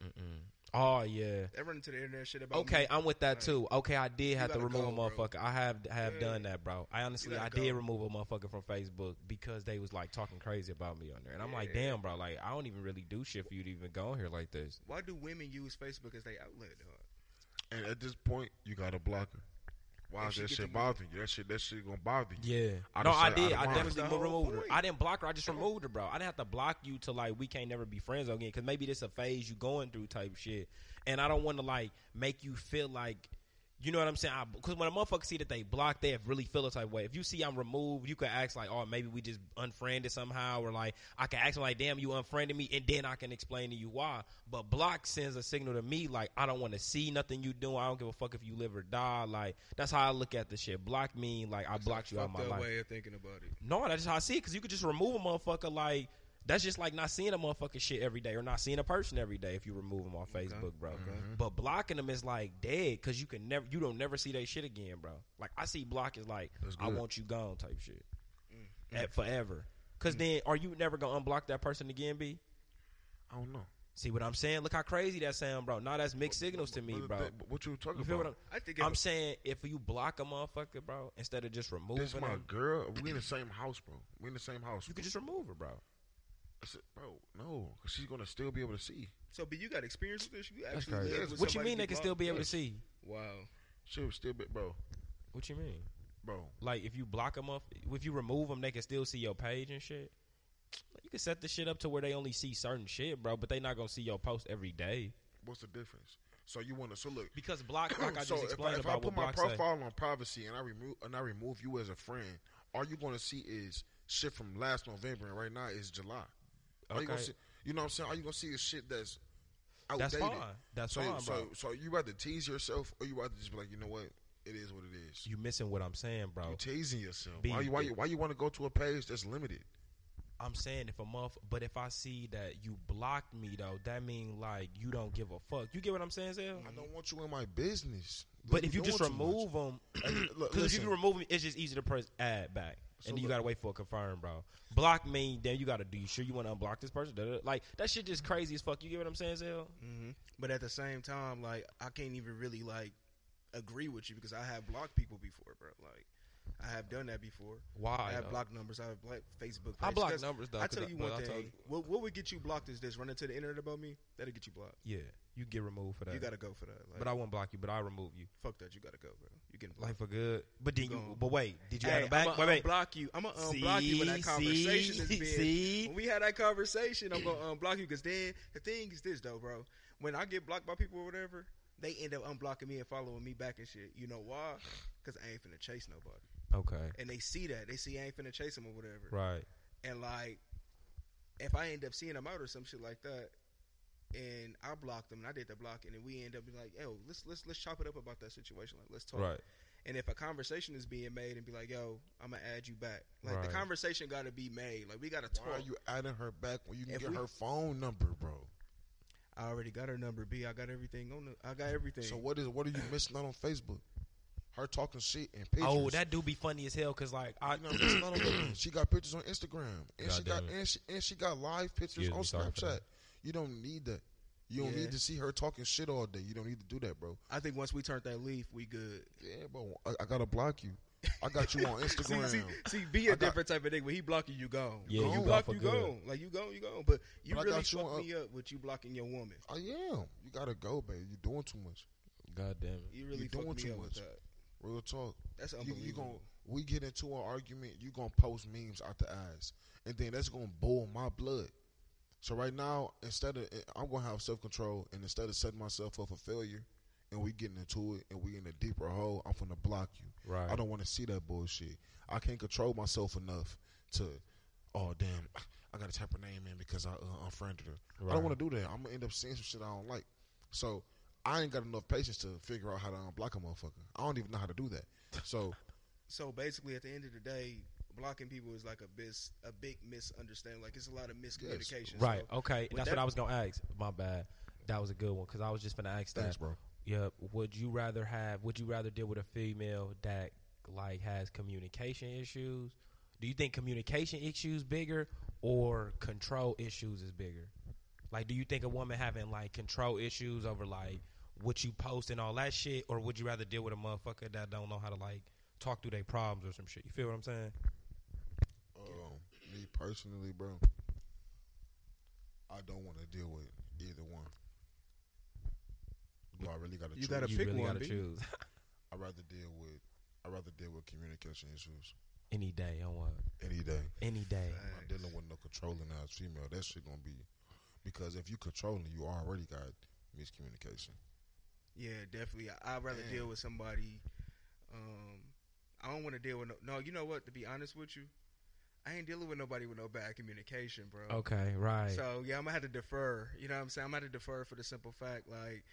Mm-mm. Oh yeah. That run into the internet shit about Okay, me. I'm with that Like, too. Okay, I did have to gotta remove a go, bro. motherfucker. I have I have Yeah. done that, bro. I honestly gotta I did go. remove a motherfucker from Facebook because they was like talking crazy about me on there, and I'm like, Yeah. damn, bro, like I don't even really do shit for you to even go on here like this. Why do women use Facebook as they outlet? Dog? And at this point, you got to block her. Why If is she that get shit the- bothering you? That shit, that shit gonna bother you. Yeah, I no, just I said did. I I don't mind. definitely That's the whole removed her. point. I didn't block her. I just removed her, bro. I didn't have to block you to like we can't never be friends again because maybe this a phase you going through type shit, and I don't want to like make you feel like. You know what I'm saying? Because when a motherfucker see that they blocked, they have really feel a type of way. If you see I'm removed, you could ask like, "Oh, maybe we just unfriended somehow," or like, I can ask them like, "Damn, you unfriended me," and then I can explain to you why. But block sends a signal to me like, I don't want to see nothing you doing. I don't give a fuck if you live or die. Like that's how I look at the shit. Block mean like I blocked you out of Fucked my up life. way of thinking about it. No, that's just how I see it. Because you could just remove a motherfucker. Like that's just like not seeing a motherfucker shit every day, or not seeing a person every day if you remove them on Facebook, bro. Mm-hmm. But blocking them is like dead because you can never, you don't never see that shit again, bro. Like I see block is like That's I good. want you gone type shit, At- forever. Because then are you never gonna unblock that person again, B? I don't know. See what I'm saying? Look how crazy that sound, bro. Now that's mixed signals to me, But bro. that- but what you talking You feel what I'm? about? I think I'm if- saying if you block a motherfucker, bro, instead of just removing This my them, girl. We in the same house, bro. We in the same house. you could just remove her, bro. I said, bro, no, 'cause she's gonna still be able to see. So, but you got experience with this? You That's actually crazy. lived with What you somebody mean they who can still blocked be able you? to see? Wow. She'll still be, bro, What you mean? bro. Like if you block them off, if you remove them, they can still see your page and shit. Like, you can set the shit up to where they only see certain shit, bro, but they not gonna see your post every day What's the difference? So you wanna so look. because block, like I so just if explained I, if I about put what my block say. profile on privacy and I remove and I remove you as a friend, all you're gonna see is shit from last November and right now is July. All you gonna Okay. see, you know what I'm saying? All you gonna see is shit that's outdated. That's fine. That's so, fine, so, bro. so you rather tease yourself or you rather just be like, you know what? It is what it is. You missing what I'm saying, bro? You teasing yourself. Be- why you why you, why you want to go to a page that's limited? I'm saying if a month, but if I see that you blocked me though, that mean like you don't give a fuck. You get what I'm saying, Zell? Mm-hmm. I don't want you in my business. But Look, if you just doing too much. remove them, Because Look, if listen. you remove it, it's just easy to press add back, So and then you look- gotta wait for a confirm, bro. Block me, then you gotta do. You sure you want to unblock this person? Da-da-da. Like that shit Mm. just crazy as fuck. You get what I'm saying, Zell? hmm But at the same time, like I can't even really like agree with you because I have blocked people before, bro. Like I have done that before. I Why? have though? blocked numbers. I have black Facebook. I pages. block 'Cause numbers though. I 'cause tell you but one I told thing. you- What, what would get you blocked is this: running to the internet about me. That'll get you blocked. Yeah, you get removed for that. You gotta go for that. Like, but I won't block you. But I remove you. fuck that. You gotta go, bro. You getting blocked. Like for good. But then you. Gone. But wait, did you Hey, have him back? I'ma wait, wait. unblock you. I'm gonna unblock you when that conversation is being. see? When we had that conversation, I'm gonna unblock you because then the thing is this though, bro. When I get blocked by people or whatever, they end up unblocking me and following me back and shit. You know why? Because I ain't finna chase nobody, Okay. and they see that. They see I ain't finna chase them or whatever. Right. And like, if I end up seeing them out or some shit like that, and I block them and I did the block, and then we end up being like, yo, let's let's let's chop it up about that situation. Like, let's talk. Right. And if a conversation is being made and be like, yo, I'm gonna add you back. Like Right. the conversation gotta be made. Like we gotta Why are talk. you adding her back when you can If get we- her phone number, bro? I already got her number B. I got everything on the I got everything. So what is what are you missing out on Facebook? Her talking shit and pictures. Oh, that do be funny as hell because like I You know, missing out on nothing. she got pictures on Instagram, and she got Goddamn it. and she, and she got live pictures Excuse on me, sorry for Snapchat. that. You don't need that. You don't Yeah. need to see her talking shit all day. You don't need to do that, bro. I think once we turn that leaf, we good. Yeah, bro. I, I gotta block you. I got you on Instagram. See, see, see be a I got- different type of nigga. When he blocking you, gone. Yeah, When you you gone block, for you good. gone. Like you gone, you gone. But you But I really got you fucked on- me up with you blocking your woman. I am. You gotta go, baby. You doing too much. God damn it. You really You fucked doing me too up with much. that. Real talk. That's You, unbelievable. you gon' we get into an argument. You gonna post memes out the eyes, and then that's gonna boil my blood. So right now, instead of I'm gonna have self control, and instead of setting myself up for failure, and we getting into it, and we in a deeper hole, I'm gonna block you. Right. I don't want to see that bullshit. I can't control myself enough to. Oh damn, I gotta type her name in because I uh, unfriended her. I Right. don't want to do that. I'm gonna end up seeing some shit I don't like. So I ain't got enough patience to figure out how to unblock a motherfucker. I don't even know how to do that. So So basically, at the end of the day, blocking people is like a bis a big misunderstanding. Like it's a lot of miscommunication. Right. So Okay. with That's that- what I was gonna ask. My bad. That was a good one because I was just gonna ask thanks, that. bro. Yep. Would you rather have? Would you rather deal with a female that like has communication issues? Do you think communication issues bigger or control issues is bigger? Like, do you think a woman having like control issues over like what you post and all that shit, or would you rather deal with a motherfucker that don't know how to like talk through their problems or some shit? You feel what I'm saying? Um, me personally, bro, I don't want to deal with either one. Do I really gotta You choose? gotta- you pick really one, gotta B. choose I'd rather deal with. I'd rather deal with communication issues any day on what any day. any day. I'm not dealing with no controlling ass female. That shit gonna be because if you controlling, you already got miscommunication. Yeah, definitely. I- I'd rather Damn. deal with somebody. Um, I don't want to deal with no, no. You know what? To be honest with you, I ain't dealing with nobody with no bad communication, bro. Okay. Right. So yeah, I'm gonna have to defer. You know what I'm saying? I'm gonna have to defer for the simple fact, like.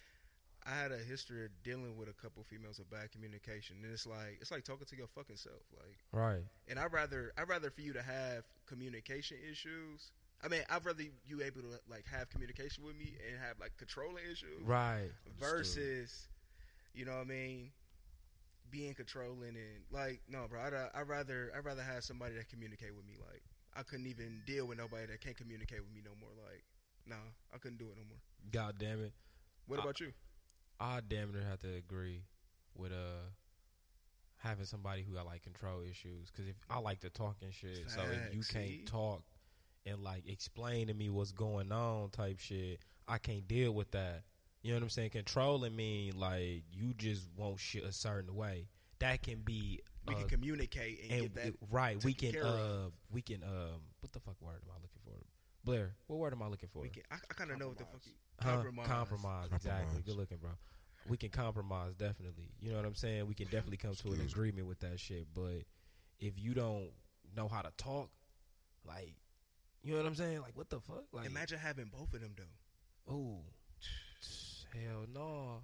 I had a history of dealing with a couple females with bad communication, and it's like it's like talking to your fucking self. Like right. and I rather I rather for you to have communication issues. I mean, I'd rather you able to like have communication with me and have like controlling issues Right. versus, you know what I mean, being controlling and like no, bro. I'd, uh, I'd rather I'd rather have somebody that communicate with me. Like I couldn't even deal with nobody that can't communicate with me no more. Like no, I couldn't do it no more. God damn it. What I- about you? I damn near have to agree with uh having somebody who got like control issues because if I like to talk and shit, so if you Facts, see? can't talk and like explain to me what's going on type shit, I can't deal with that. You know what I'm saying? Controlling mean like you just want shit a certain way. That can be We uh, can communicate and, and get that. we- right, we can taken care of. uh we can um what the fuck word am I looking for? Blair, what word am I looking for? We can, I, I kind of know what the fuck. You, Huh, compromise. compromise, exactly. Compromise. Good looking, bro. We can compromise, definitely. You know what I'm saying? We can definitely come to an Excuse me. agreement with that shit. But if you don't know how to talk, like, you know what I'm saying? Like, what the fuck? Like, imagine having both of them though. Ooh, hell no.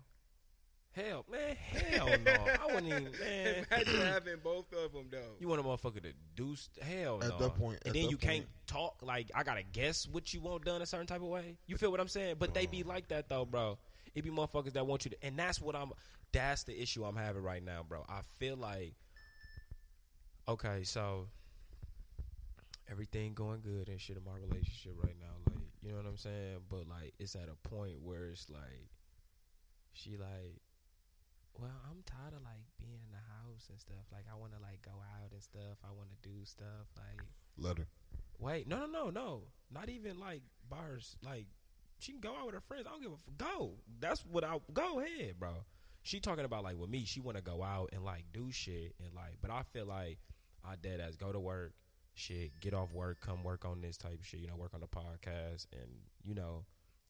Hell, man, hell Oh, no. I wouldn't even, man. Imagine having both of them though. You want a motherfucker to do st- hell At no. that point- and at then that you can't point- talk. Like I gotta guess what you want done a certain type of way. You feel what I'm saying? But they be like that though, bro. It be motherfuckers that want you to, and that's what I'm. That's the issue I'm having right now, bro. I feel like okay, so everything going good and shit in my relationship right now, like you know what I'm saying. But like it's at a point where it's like she like, well, I'm tired of like being in the house and stuff. Like I want to like go out and stuff. I want to do stuff. Like Let her. wait, no, no, no, no, not even like bars. Like she can go out with her friends. I don't give a f- go. That's what I go ahead, bro. She talking about like with me. She want to go out and like do shit and like. But I feel like I dead ass go to work, shit, get off work, come work on this type of shit. You know, work on the podcast and you know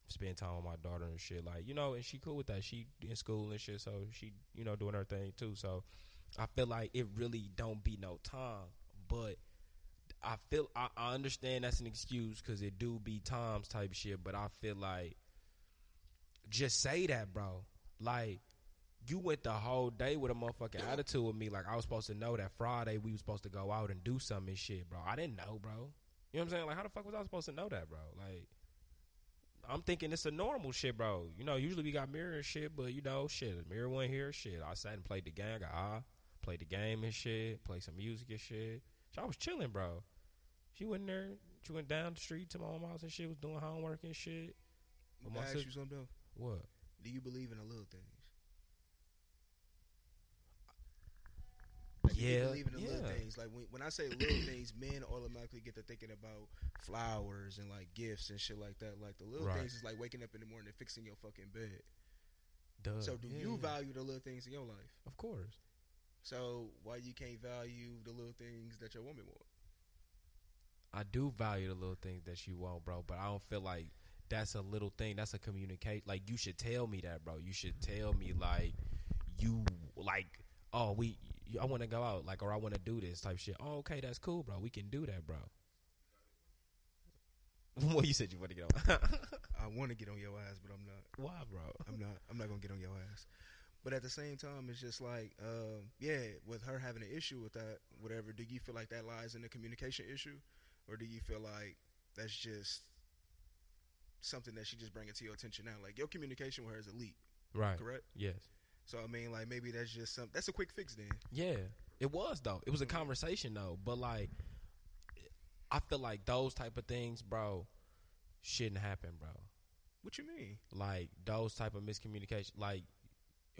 spend time with my daughter and shit. Like, you know, and she cool with that. She in school and shit, so she, you know, doing her thing too. So I feel like it really don't be no time. But I feel I, I understand that's an excuse because it do be times type shit. But I feel like just say that, bro. Like you went the whole day with a motherfucking attitude with me. Like I was supposed to know that Friday we was supposed to go out and do something and shit, bro. I didn't know, bro. You know what I'm saying? Like how the fuck was I supposed to know that, bro? Like I'm thinking it's a normal shit, bro. You know, usually we got mirror and shit, but you know, shit, the mirror went here, shit. I sat and played the game, I got high, played the game and shit, played some music and shit. So I was chilling, bro. She went in there, she went down the street to my mom's house and shit, was doing homework and shit. But Can my I ask sis- you something though. What? Do you believe in the little things? do you Yeah, believe in the little yeah. things. Like when, when I say little things, men automatically get to thinking about flowers and like gifts and shit like that. Like the little Right. things is like waking up in the morning and fixing your fucking bed. Duh. so do Uh, Yeah, you yeah. value the little things in your life? Of course. So why you can't value the little things that your woman wants? I do value the little things that you want, bro, but I don't feel like that's a little thing. That's a communicate. Like you should tell me that, bro. You should tell me like you like oh we I want to go out like or I want to do this type shit. Oh okay, that's cool, bro. We can do that, bro. well, you said you want to get on. I want to get on your ass, but I'm not. Why, bro? I'm not. I'm not gonna get on your ass. But at the same time, it's just like, um, yeah, with her having an issue with that, whatever. Do you feel like that lies in the communication issue, or do you feel like that's just something that she just bringing to your attention now? Like your communication with her is elite, Right. correct? Yes. So I mean, like maybe that's just some. That's a quick fix then. Yeah, it was though. It was a conversation though, but like, I feel like those type of things, bro, shouldn't happen, bro. What you mean? Like those type of miscommunication, like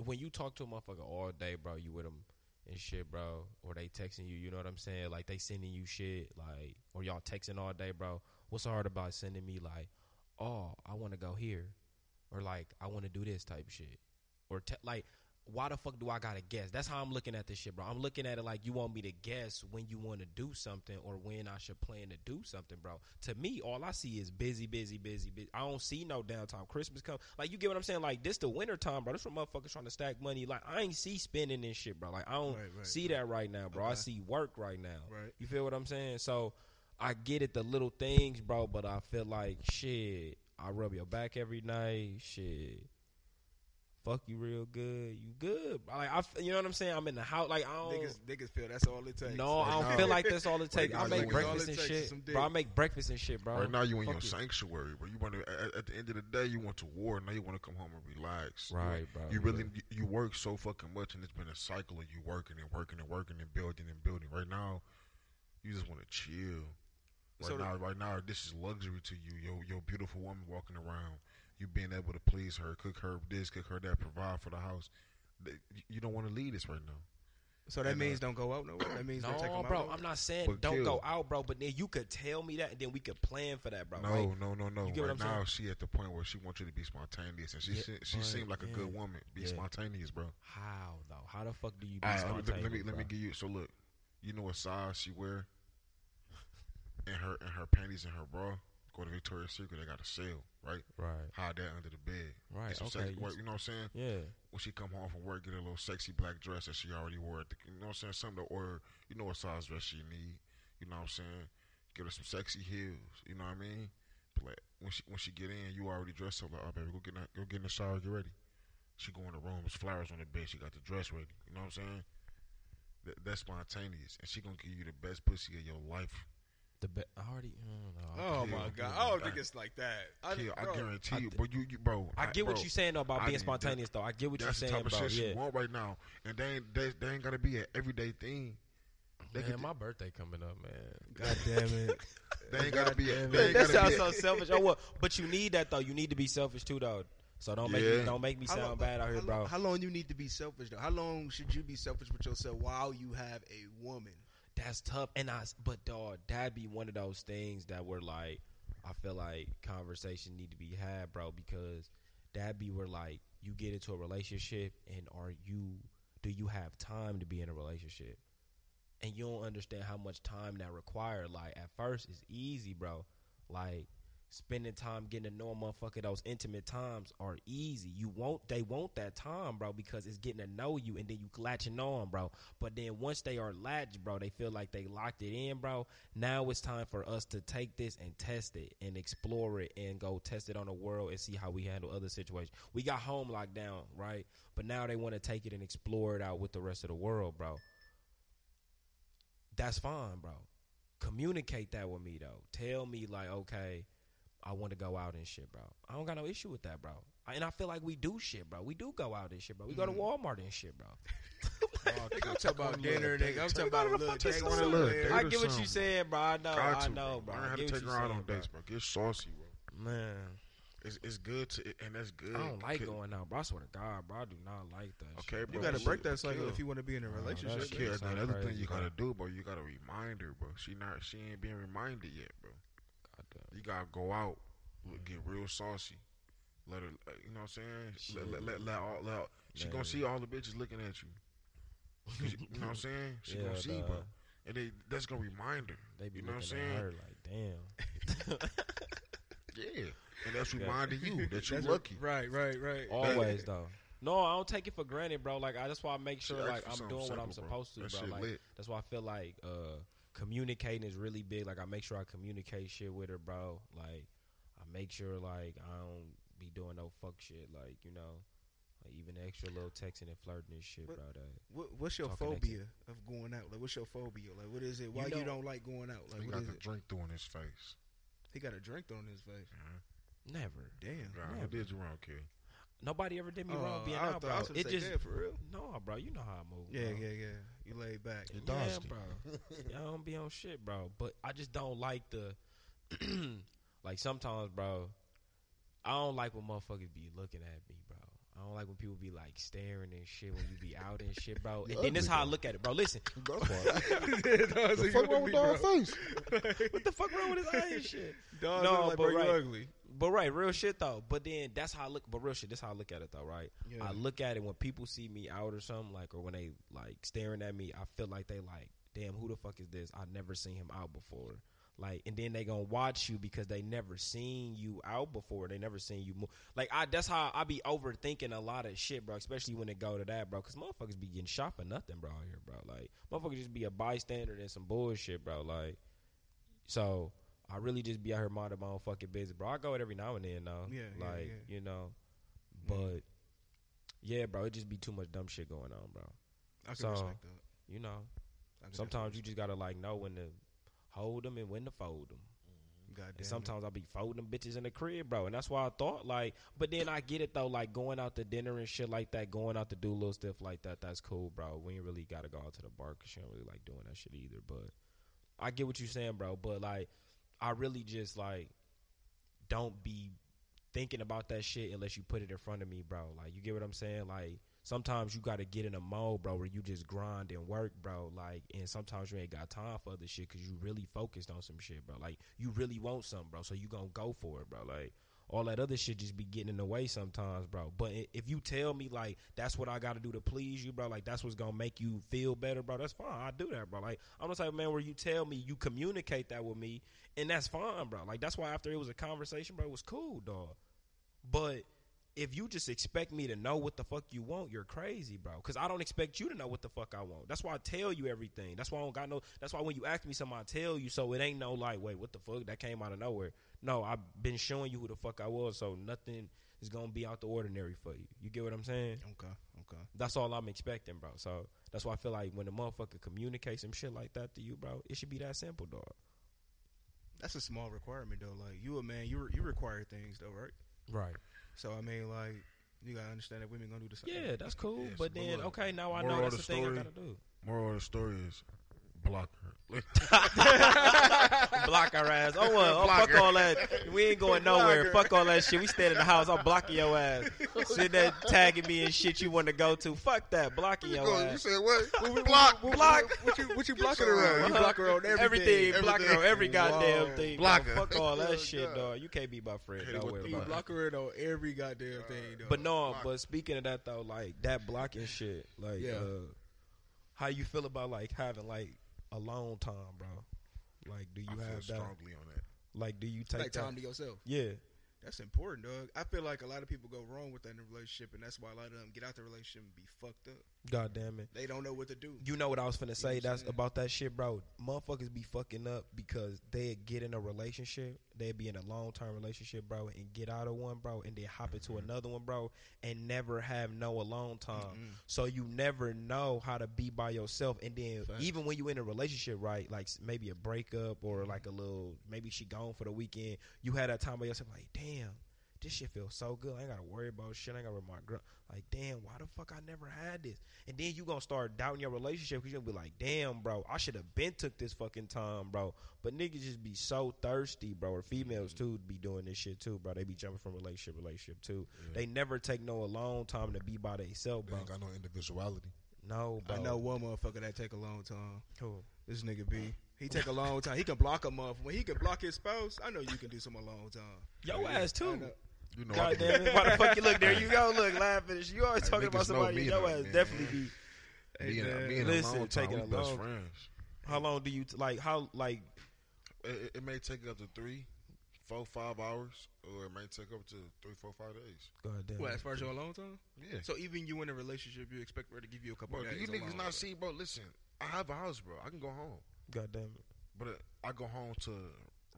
when you talk to a motherfucker all day, bro, you with them and shit, bro, or they texting you, you know what I'm saying? Like they sending you shit, like or y'all texting all day, bro. What's so hard about sending me like, oh, I want to go here, or like I want to do this type shit, or te- like. Why the fuck do I gotta guess? That's how I'm looking at this shit, bro. I'm looking at it like you want me to guess when you want to do something or when I should plan to do something, bro. To me, all I see is busy, busy, busy, busy. I don't see no downtime. Christmas come, like you get what I'm saying. Like this, the winter time, bro. This for motherfuckers trying to stack money. Like I ain't see spending this shit, bro. Like I don't Right, right, see that right now, bro. I Okay. see work right now. Oh. Right. You feel what I'm saying? So I get it, the little things, bro. But I feel like shit. I rub your back every night. Shit fuck you real good. You good. bro. Like I, f- you know what I'm saying. I'm in the house. Like I don't. Niggas, niggas feel that's all it takes. no, I don't no. feel like that's all it takes. now I make niggas, all it breakfast and takes is shit, some dick. bro. I make breakfast and shit, bro. Right now you in Fuck your sanctuary, bro. You want to at, at the end of the day you want to war. Now you want to come home and relax. You- Right, bro. You really you- you work so fucking much, and it's been a cycle of you working and working and working and building and building. Right now, you just want to chill. Right So the- now, right now, this is luxury to you. Your your beautiful woman walking around, you being able to please her, cook her this, cook her that, provide for the house. Th- You don't want to lead this right now. So that And, uh, means don't go out nowhere. That means don't take No, them bro. out. I'm not saying But don't kill. go out, bro. But then you could tell me that, and then we could plan for that, bro. No, right? no, no, no. You get what Right I'm saying? now, she at the point where she wants you to be spontaneous, and she Yeah, se- she but, seemed like a good yeah. woman. Be Yeah. spontaneous, bro. How though? How the fuck do you be All right, let, me, spontaneous? let me let me bro? give you. So look, you know what size she wear, and her and her panties and her bra. Go to Victoria's Secret, they got a sale, right? Right. Hide that under the bed. Right, Get some okay, sexy- you- what- you know what I'm saying? Yeah. When she come home from work, get a little sexy black dress that she already wore. At the, you know what I'm saying? Something to order. You know what size dress she need. You know what I'm saying? Get her some sexy heels. You know what I mean? But like when she when she get in, you already dressed up. Like, oh baby, go get in, the- go get in the shower, get ready. She go in the room. There's flowers on the bed. She got the dress ready. You know what I'm saying? That, that's spontaneous, and she gonna give you the best pussy of your life. The be- I already. I don't know. Oh Yeah, my yeah, god! I don't yeah. think it's like that. I, Kill, I bro, guarantee I you, d- bro. You, you bro. I get what Oh, bro, you saying though about I being need that- spontaneous though. I get what you That's the saying, type of bro. shit she Yeah. want right now, and they ain't they, they ain't gotta be an everyday thing. They, Man, could, my birthday coming up, man. God damn it! they ain't gotta be. A, goddamn they ain't that sounds gotta be. A, so selfish. Oh, well, but you need that though. You need to be selfish too, though. So don't make Yeah. me don't make me sound bad out here, how, bro. How long you need to be selfish though? How long should you be selfish with yourself while you have a woman? That's tough. And I, s- but dog, that be one of those things that were like, I feel like conversation need to be had, bro, because that be where like you get into a relationship and are you do you have time to be in a relationship? And you don't understand how much time that required. Like at first, it's easy, bro. Like spending time getting to know a motherfucker. Those intimate times are easy. You want they want that time, bro, because it's getting to know you, and then you latching on, bro. But then once they are latched, bro, they feel like they locked it in, bro. Now it's time for us to take this and test it and explore it and go test it on the world and see how we handle other situations. We got home locked down, right? But now they want to take it and explore it out with the rest of the world, bro. That's fine, bro. Communicate that with me though. Tell me like, okay, I want to go out and shit, bro. I don't got no issue with that, bro. I- And I feel like we do shit, bro. We do go out and shit, bro. We go to Walmart and shit, bro. Oh, I'm talking about dinner, nigga. I'm talking about a little fucking date store. somewhere. Date I or get what something. you saying, bro. I know, Got I to, know, bro. Learn I how to get take what her out you on saying, bro. dates, bro. Get saucy, bro. Man, It's, it's good to, and that's good. I don't like Kill- going out, bro. I swear to God, bro, I do not like that. Okay, bro. You gotta shit, break that cycle kill. if you want to be in a relationship. that's Just shit kill. Now, sound the other thing crazy, you bro. gotta do, bro, you gotta remind her, bro. She not, she ain't being reminded yet, bro. Goddamn. You gotta go out, look, get real saucy. Let her, uh, you know what I'm saying? Let, let, let, let all, let, all- she Let gonna her- see all the bitches looking at you. 'Cause you you know what I'm saying? She Yeah, gonna see, bro. dawg. And they, that's gonna remind her. They be you know what I'm looking saying? at her like, Yeah. And that's Yeah. reminding you that you're That's lucky. A, right, right, right. damn. Always though. No, I don't take it for granted, bro. Like I, that's why I make sure ask like for I'm something doing what I'm simple, bro. supposed to, That bro. shit Like lit. that's why I feel like uh communicating is really big. Like I make sure I communicate shit with her, bro. Like I make sure like I don't be doing no fuck shit. Like you know, like even extra little texting and flirting and shit, But- bro. That What, what's your Talking phobia of going out? Like, what's your phobia? Like, what is it? Why you, know- don't like going out? He Like, what got is the it? drink through in his face. He got a drink on his face. never. Damn. God, who did you wrong, kid? Nobody ever did me wrong Oh, being I out, thought- bro. I was gonna It say, just damn, for real. no, bro. You know how I move. Yeah, bro. yeah, yeah. You laid back. Yeah, bro. I don't be on shit, bro. But I just don't like the like sometimes, bro. I don't like when motherfuckers be looking at me, bro. I don't like when people be like staring and shit when you be out and shit, bro. And then this how I look at it, bro. Listen, That's why. Dawg said, the "You fuck ugly, wrong with bro." dog face? what the fuck wrong with his eye and shit? Dawg No, look like, but bro, you right. ugly. But right, real shit though. But then that's how I look. But real shit, that's how I look at it though, right? Yeah. I look at it when people see me out or something like, or when they like staring at me. I feel like they like, damn, who the fuck is this? I've never seen him out before. Like, and then they gonna watch you because they never seen you out before. They never seen you move. Like, I that's how I be overthinking a lot of shit, bro. Especially when it go to that, bro. Because motherfuckers be getting shot for nothing, bro. Out here, bro. Like, motherfuckers just be a bystander and some bullshit, bro. Like, so I really just be out here minding my own fucking business, bro. I go out every now and then, though. Yeah, yeah, like yeah. you know, but yeah, bro, it just be too much dumb shit going on, bro. I can So, respect that. You know, I can sometimes you just gotta like know when to hold them and when to fold them. definitely- God damn And it. sometimes I be folding them bitches in the crib, bro. And that's why I thought like, but then I get it though, like going out to dinner and shit like that, going out to do little stuff like that. That's cool, bro. We ain't really gotta go out to the bar because she don't really like doing that shit either. But I get what you're saying, bro. But like, I really just like don't be thinking about that shit unless you put it in front of me, bro. Like, you get what I'm saying? Like, sometimes you gotta get in a mode, bro, where you just grind and work, bro. Like, and sometimes you ain't got time for other shit because you really focused on some shit, bro. Like, you really want something, bro. So you gonna go for it, bro. Like. All that other shit just be getting in the way sometimes, bro. But i- if you tell me like that's what I got to do to please you, bro, like that's what's gonna make you feel better, bro. That's fine. I do that, bro. Like I'm the type of man where you tell me, you communicate that with me, and that's fine, bro. Like that's why after it was a conversation, bro, it was cool, dog. But if you just expect me to know what the fuck you want, you're crazy, bro. Because I don't expect you to know what the fuck I want. That's why I tell you everything. That's why I don't got no. That's why when you ask me something, I tell you. So it ain't no like, wait, what the fuck that came out of nowhere. No, I've been showing you who the fuck I was. So nothing is gonna be out the ordinary for you. You get what I'm saying? Okay, okay. That's all I'm expecting, bro. So that's why I feel like when a motherfucker communicates some shit like that to you, bro, it should be that simple, dog. That's a small requirement though. Like you a man, you re- you require things though, right? Right. So I mean, like you gotta understand that women gonna do the same. Yeah, that's cool. Yes, but but then, look, okay, now I moral know of that's the the thing I story, gotta do. Moral of the story is block her. Block our ass. Oh, well, oh Block fuck her. all that. We ain't going nowhere. Fuck all that shit. We staying in the house. I'm blocking your ass. Sitting there tagging me and shit you want to go to. Fuck that. Blocking your Oh, you ass. said what? Block. Block. What you what you blocking her on? You block her on everything. Uh-huh. Everything, block her on every goddamn Whoa. thing. Block bro. her. Fuck all that Oh, shit, God. dog. You can't be my friend. Hey, Don't what worry the You about it. block her on every goddamn thing though. But no, but speaking of that though, like that blocking shit, like Yeah. uh, how you feel about like having like a long time, bro? Like, do you I feel have that? strongly on that. Like, do you take like that? time to yourself. Yeah, That's important, dog. I feel like a lot of people go wrong with that in a relationship, and that's why a lot of them get out the relationship and be fucked up. God damn it. They don't know what to do. You know what I was finna say? what I'm That's saying? about that shit, bro. Motherfuckers be fucking up because they get in a relationship, they be in a long term relationship, bro, and get out of one, bro, and then hop into another one, bro, and never have no alone time. So you never know how to be by yourself. And then even when you in a relationship, right, like s- maybe a breakup or like a little, maybe she gone for the weekend, you had that time by yourself, like damn. This shit feels so good. I ain't gotta worry about shit. I ain't gotta worry about my girl. Like, damn, why the fuck I never had this? And then you gonna start doubting your relationship because you're gonna be like, damn, bro, I should have been took this fucking time, bro. But niggas just be so thirsty, bro. Or females too be doing this shit too, bro. They be jumping from relationship to relationship too. They never take no alone time to be by themselves, They bro. ain't got no individuality. No, bro. I know one motherfucker that take a long time. Cool. This nigga B. He take a long time. He can block a motherfucker. When he can block his spouse, I know you can do some a long time. Yo ass I too. know. You know, I God can- damn it. Why the fuck you look there? You go look laughing. You always Hey, talking about niggas know somebody. me, Yo though, ass man. definitely be. me and, Hey, me and listen, a long time, taking we a best long- friends. How long do you t- like? How like? It, it- it may take up to three, four, five hours, or it may take up to three, four, five days. God damn. What, it. as far as your long time? Yeah. So even you in a relationship, you expect her to give you a couple Bro, days. you niggas alone. not see, bro. Listen, I have a house, bro. I can go home, God damn it. but uh, I go home to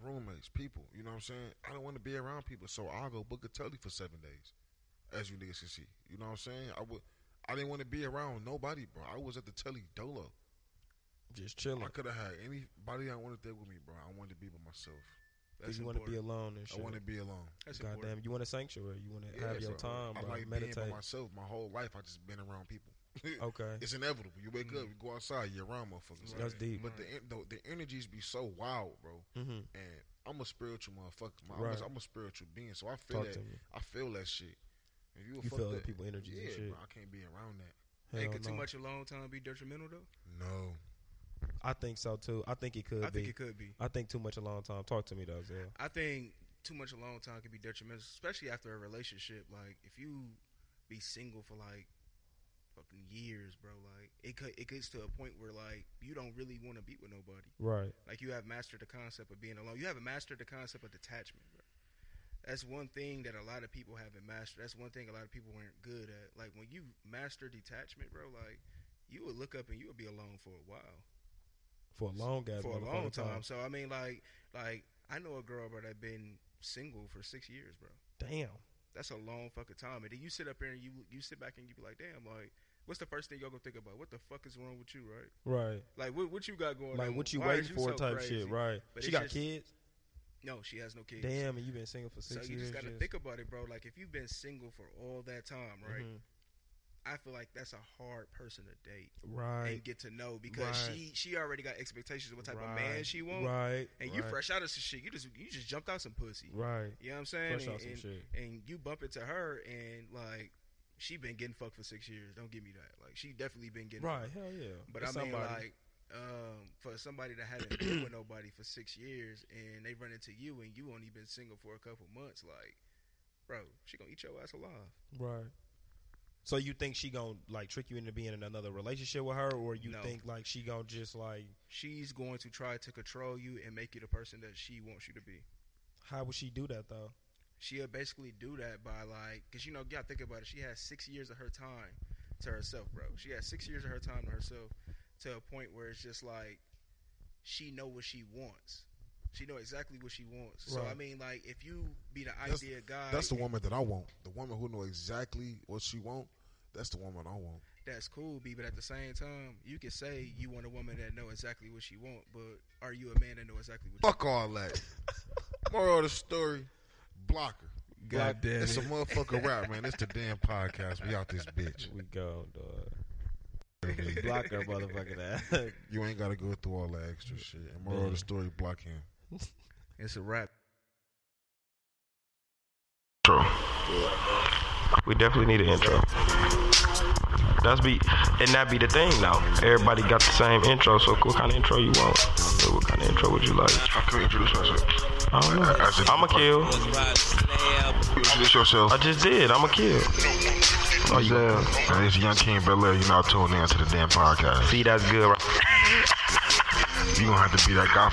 roommates, people. You know what I'm saying? I don't want to be around people, so I'll go book a telly for seven days, as you niggas can see. You know what I'm saying? I would. I didn't want to be around nobody, bro. I was at the telly dolo. Just chilling. I could have had anybody I wanted there with me, bro. I wanted to be by myself. Cause That's you want to be important. alone and shit. I want to be alone. That's important. Goddamn, you want a sanctuary. You want to Yeah, have your so time, I bro. like Meditate. being by myself my whole life. I just been around people. Okay, Mm. It's inevitable. You wake up, you go outside, you're around motherfuckers. that's deep. But the, en- the the energies be so wild, bro. Mhm. And I'm a spiritual motherfucker. My- I'm, Right. a, I'm a spiritual being, so I feel Talk that. to me. I feel that shit. If you, a You fuck feel that- other people energies yeah, and shit. Bro, I can't be around that. Hey, Hell could no. too much alone time be detrimental though? No, I think so too. I think it could I be. think it could be. I think too much a long time. Talk to me though, Zell. I think too much alone time can be detrimental, especially after a relationship. Like if you be single for like fucking years, bro. Like it could, it gets to a point where like you don't really want to be with nobody. Right. Like you have mastered the concept of being alone. You haven't mastered the concept of detachment, bro. That's one thing that a lot of people haven't mastered. That's one thing a lot of people aren't good at. Like when you master detachment, bro, like you would look up and you would be alone for a while For a long ass for a long motherfucking time. So I mean, like, like I know a girl, bro, that been single for six years, bro. Damn. That's a long fucking time. And then you sit up here and you you sit back and you be like, damn, like, what's the first thing y'all gonna think about? What the fuck is wrong with you, right? Right. Like, what what you got going? Like on? what you Why is waiting for so type crazy? shit. Right. But she it's got just- kids. No, she has no kids. Damn, and you been single for So six you years. just gotta think about it, bro. Like if you've been single for all that time, right? Mhm. I feel like that's a hard person to date Right. and get to know because Right. she she already got expectations of what type right. of man she wants. Right. And right. you fresh out of some shit. You just you just jumped out some pussy. Right. You know what I'm saying? Fresh and, out some and- shit. and you bump into her and like she been getting fucked for six years. Don't give me that. Like she definitely been getting Right. fucked. Hell yeah. But It's I mean somebody. like um, for somebody that hasn't been with nobody for six years and they run into you and you only been single for a couple months, like, bro, she gonna eat your ass alive. Right. So you think she gonna like trick you into being in another relationship with her, or you No. think like she gonna just like She's going to try to control you and make you the person that she wants you to be. how would she do that though? she'll basically do that by like, cause you know, you gotta think about it. She has six years of her time to herself, bro. She has six years of her time to herself to a point where it's just like she know what she wants. She know exactly what she wants. So I Right. mean, like, if you be the That's- idea guy, that's the woman that I want. The woman who know exactly what she want. That's the woman I want. that's cool, B. But at the same time, you can say you want a woman that know exactly what she want, but are you a man that know exactly what? Fuck all that. Moral of the story: blocker. you want? damn It's a motherfucker rap, man. It's the damn podcast. We out this bitch. We go, dog. Block her motherfucking ass. You ain't gotta go through all that extra shit. And moral of Yeah. the story, block him. It's a wrap. intro. We definitely need an intro. That's be and that be the thing now. Everybody got the same intro, so what kind of intro you want? So what kind of intro would you like? How can we introduce myself? I don't know. I said- I'ma kill. You Introduce yourself. I just did. I'ma kill. Oh, yeah. And it's Young King Bel Air. You're not tuned in to the damn podcast. See, that's good. Right? You're going to have to be that guy.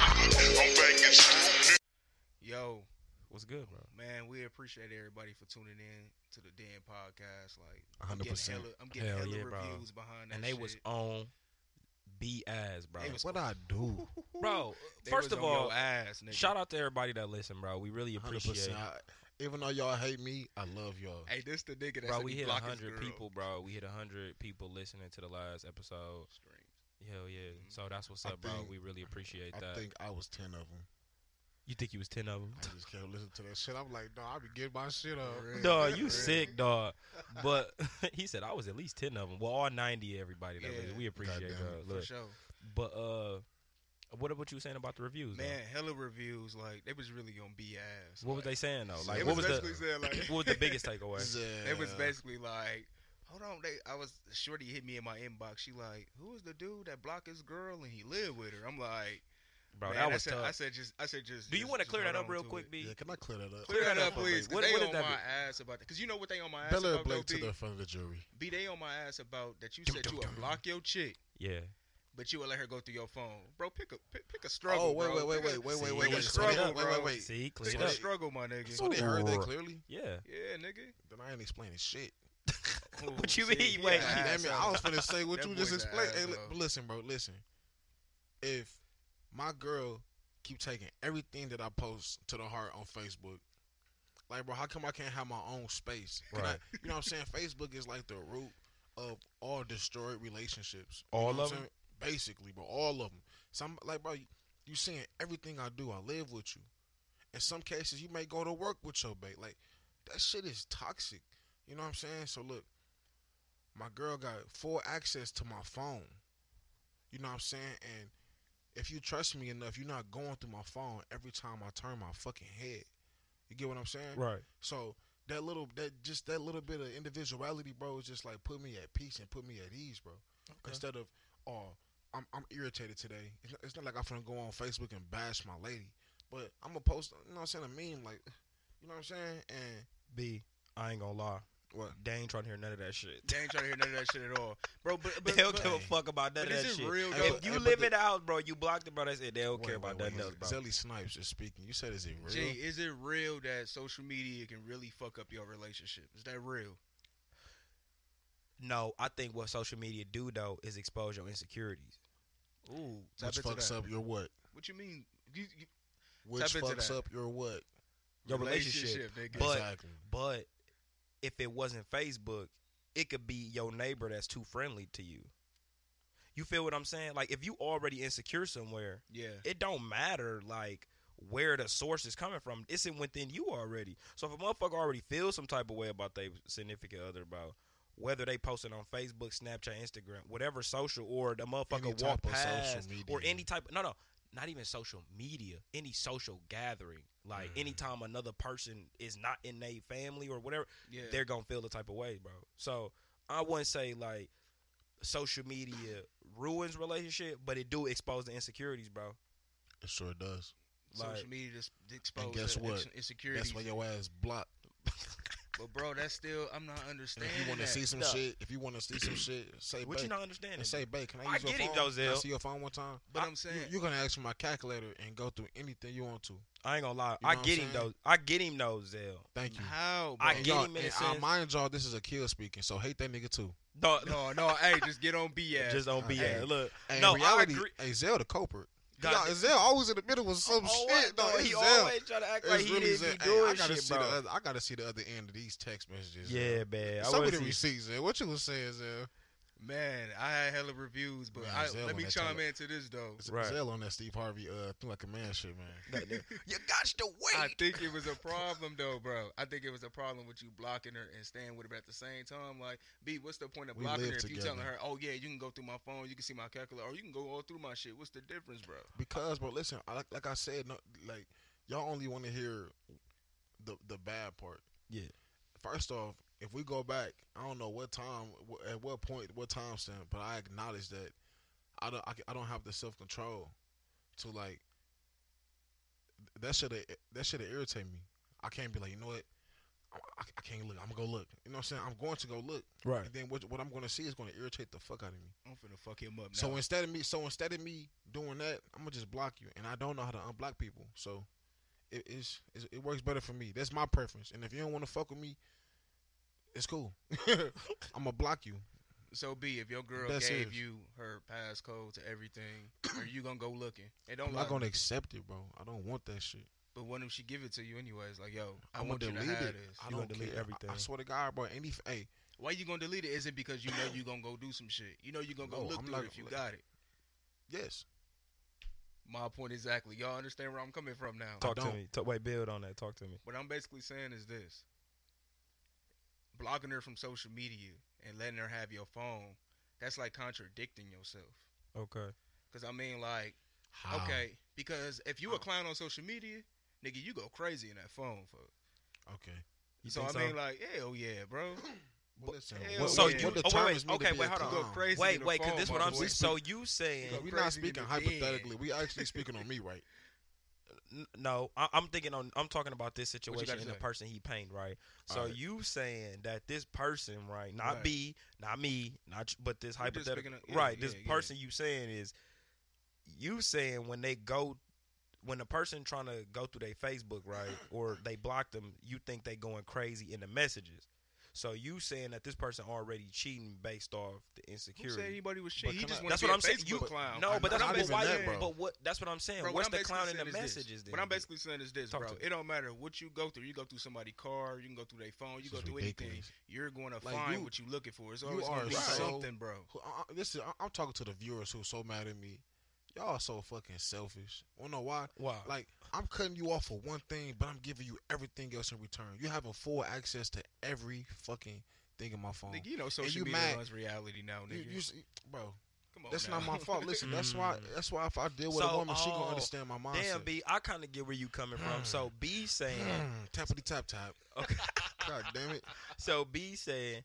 Yo, What's good, bro? man, we appreciate everybody for tuning in to the damn podcast. Like, I'm getting 100%. hella, I'm getting Hell hella yeah, bro. reviews behind that And they was shit. on BS, bro. They was- What I do? bro, They first was of on your all, ass, nigga. shout out to everybody that listen, bro. We really Hundred appreciate it. percent. Even though y'all hate me, I love y'all. Hey, this the nigga that Bro, said we he hit block his hundred girl. people, bro. We hit hundred people listening to the last episode. Scream. Hell yeah! Mm-hmm. So that's what's I up, bro. think- We really appreciate I that. think I was ten of them. you think you was ten of them? I just can't listen to that shit. I'm like, no, I be getting my shit up. For real. dog, you For sick, dog. But he said I was at least ten of them. Well, all ninety everybody that Yeah. listened. We appreciate Goddamn. that. real, Look, For sure. but uh, what what you were saying about the reviews? though? Man, hella reviews. Like, they was really on BS. what was they saying though? It Like, was what was the basically saying, like, what was the biggest takeaway? Yeah. It was basically like, hold on, they. I was shorty hit me in my inbox. She like, who is the dude that blocked his girl and he lived with her? I'm like, Bro, man, that I was said, tough. I said just, I said just. Do you just- want to just clear that hold up on real to quick, it. B? Yeah, can I clear that up? Clear that up, for me. please. 'cause What- they what did on that my be? ass about that. Cause you know what they on my ass Bel Air about. though, Blake to B? the front of the jury. B, they on my ass about that you Dum, said dum, you would dum. block your chick, Yeah, but you would let her go through your phone, bro. Pick a pick, pick a struggle. oh wait, bro. wait, wait, Pick a- wait, wait, wait, See, wait, you wait, struggle, wait, wait, bro. wait, wait. see, Pick clean a up. struggle, my nigga. So they heard that clearly. Yeah, yeah, nigga. Then I ain't explaining shit. Oh, What you see, mean? he Wait, an you- Damn it, I asshole. was finna say what That you just boy's a explained. Hey, asshole. li- but listen, bro, listen. If my girl keep taking everything that I post to the heart on Facebook, like, bro, how come I can't have my own space? Can I- Right. you know what I'm saying? Facebook is like the root of all destroyed relationships. You All know what of I'm 'em? saying? Basically, bro, all of them. Some like, bro, you, you seeing everything I do. I live with you. In some cases, you may go to work with your babe. Like, that shit is toxic. You know what I'm saying? So look, my girl got full access to my phone. You know what I'm saying? And if you trust me enough, you're not going through my phone every time I turn my fucking head. You get what I'm saying? right. So that little that just that little bit of individuality, bro, is just like put me at peace and put me at ease, bro. Instead of oh, I'm I'm irritated today. It's not, it's not like I'm gonna go on Facebook and bash my lady, but I'm gonna post. You know what I'm saying? A meme, like you know what I'm saying? And B, I ain't gonna lie. What? They ain't trying to hear none of that shit. They ain't trying to hear none of that shit at all, bro. But, but they don't but- give a fuck about none but of that is it shit. real, Hey, though? if you but live the- it out, bro, you block the bro. That's it. They don't Wait, care wait, about wait. nothing else, bro. Zelly Snipes is speaking. You said, is it real? Jay, is it real that social media can really fuck up your relationship? Is that real? No, I think what social media do though is expose your insecurities. Ooh, tap Which into fucks that. up your what? What you mean? You, you, Which Tap into fucks that. up your what? Your relationship, nigga. But- exactly. But if it wasn't Facebook, it could be your neighbor that's too friendly to you. You feel what I'm saying? Like if you already insecure somewhere, yeah, it don't matter like where the source is coming from. It's in within you already. So if a motherfucker already feels some type of way about their significant other, about whether they posted on Facebook, Snapchat, Instagram, whatever social, or the Any motherfucker type walk of social past, or media. any type. No, no, not even social media. Any social gathering, like Mm. anytime another person is not in their family or whatever, yeah. they're gonna feel the type of way, bro. So I wouldn't say like social media ruins relationship, but it do expose the insecurities, bro. It sure does. social like- media just exposed guess the what? ex- insecurities. That's why your ass blocked. but bro, that's still I'm not And understanding. if you want to that. see some Nah. shit, if you want to see some shit, say What you babe. not understanding? And say, babe, can I I use get it, your phone? though, Can I Zell. see your phone one time? but I- I'm saying, You, are gonna ask for my calculator and go through anything you want to. I ain't gonna lie. You know I what get I'm him saying? though. I get him though, Zell. Thank you. how? Bro? I And get y'all- him in a and I sense. mind y'all, this is a kill speaking, so hate that nigga too. No, no, no. hey, just get on BS. just don't be Hey, that. Look, And no, in reality, I agree. hey, Zell the culprit. God- Y'all, Zell always in the middle with some Oh, what? shit. though. No, It's he Zell. always try to act It's like he really didn't Zell. be Hey, I doing gotta shit, see bro. the other. I gotta see the other end of these text messages. Zell. yeah, man. I Some of wouldn't the see- receipts, Zell. What you was saying, Zell? Man, I had hella reviews, but Man, I, Zell let on me that chime toilet. into this though. It's Right. a Zell on that Steve Harvey uh through like a man shit, man. You got to I think it was a problem though, bro. I think it was a problem with you blocking her and staying with her, but at the same time, like, B, what's the point of We blocking her live if you telling together. her, oh yeah, you can go through my phone, you can see my calculator, or you can go all through my shit. What's the difference, bro? Because, bro, listen, I, like I said, no, like y'all only want to hear the the bad part. Yeah. First off, if we go back, I don't know what time, wh- at what point, what time stamp, but I acknowledge that I don't, I, c- I don't have the self control to like that should have that should have irritate me. I can't be like, you know what, I, I, I can't look. I'm gonna go look. You know what I'm saying? I'm going to go look. Right. And then what, what I'm gonna see is gonna irritate the fuck out of me. I'm finna fuck him up now. So instead of me, so instead of me doing that, I'm gonna just block you, and I don't know how to unblock people. So it is it works better for me. That's my preference. And if you don't want to fuck with me, it's cool. I'm gonna block you. So B, if your girl That's gave serious. you her passcode to everything, are you gonna go looking? And don't I'm not lie. gonna accept it, bro. I don't want that shit. But what if she give it to you anyways? Like, yo, I I'm want you gonna to delete have it. this. I You don't gonna delete care. I- I, everything. swear to God, bro. Any f- hey, Why you gonna delete it? Is it because you know you gonna go do some shit? You know you gonna go No, look I'm through not it if you gonna got it. yes, My point exactly. Y'all understand where I'm coming from now. Talk to don't. me. Talk, wait, build on that. Talk to me. What I'm basically saying is this: blocking her from social media and letting her have your phone. That's like contradicting yourself. Okay. Cause I mean, like, How? okay, because if you a clown on social media, nigga, you go crazy in that phone for. okay. You so I think mean, like, hell yeah, bro. Well, listen, Hell what- So what- you- what oh, wait, determines wait, me to okay, be wait, a hold on. You go clown? crazy. Wait, in the wait, because phone, this my what I'm boy. saying. So you saying Go We're crazy in not the speaking bed. hypothetically. We actually speaking on me, right? N- no? I, I'm thinking on. I'm talking about this situation gotta and the say? person he paint, right? So Alright. you saying that this person, right? Not Right. B, not me, not you, but this We're just hypothetical, speaking of- right? yeah, this yeah, yeah. person you saying is you saying when they go. When the person trying to go through their Facebook, right, or they block them, you think they going crazy in the messages. So you saying that this person already cheating based off the Who insecurity? said anybody was cheating? He can just I- wanna That's be what a I'm saying. Facebook You clown. no, I'm but that's what. not But even why? that, bro. But what? That's what I'm saying. Bro, What's what I'm the basically clown in the saying is this. messages? Then What I'm basically saying is this, Talk bro. to me. It don't matter what you go through. You go through somebody's car. You can go through their phone. You This go is through anything. ridiculous. You're going to Like, find you- what you're looking for. It's you always going are to be so- something, bro. Who- I, I- this is I, I'm talking to the viewers who so mad at me. Y'all so fucking selfish. Wanna know why? Why? Like I'm cutting you off for one thing, but I'm giving you everything else in return. You have a full access to every fucking thing in my phone. Nigga, you know social you media mad- runs reality now, You, nigga. you s- bro, Come on, that's now. not my fault. Listen, that's why. That's why if I deal with Oh, Mm. So, a woman, she oh, gonna understand my mindset. Damn, B. I kind of get where you coming from. So B saying, Mm, Tappity tap tap. okay. God damn it. So B saying,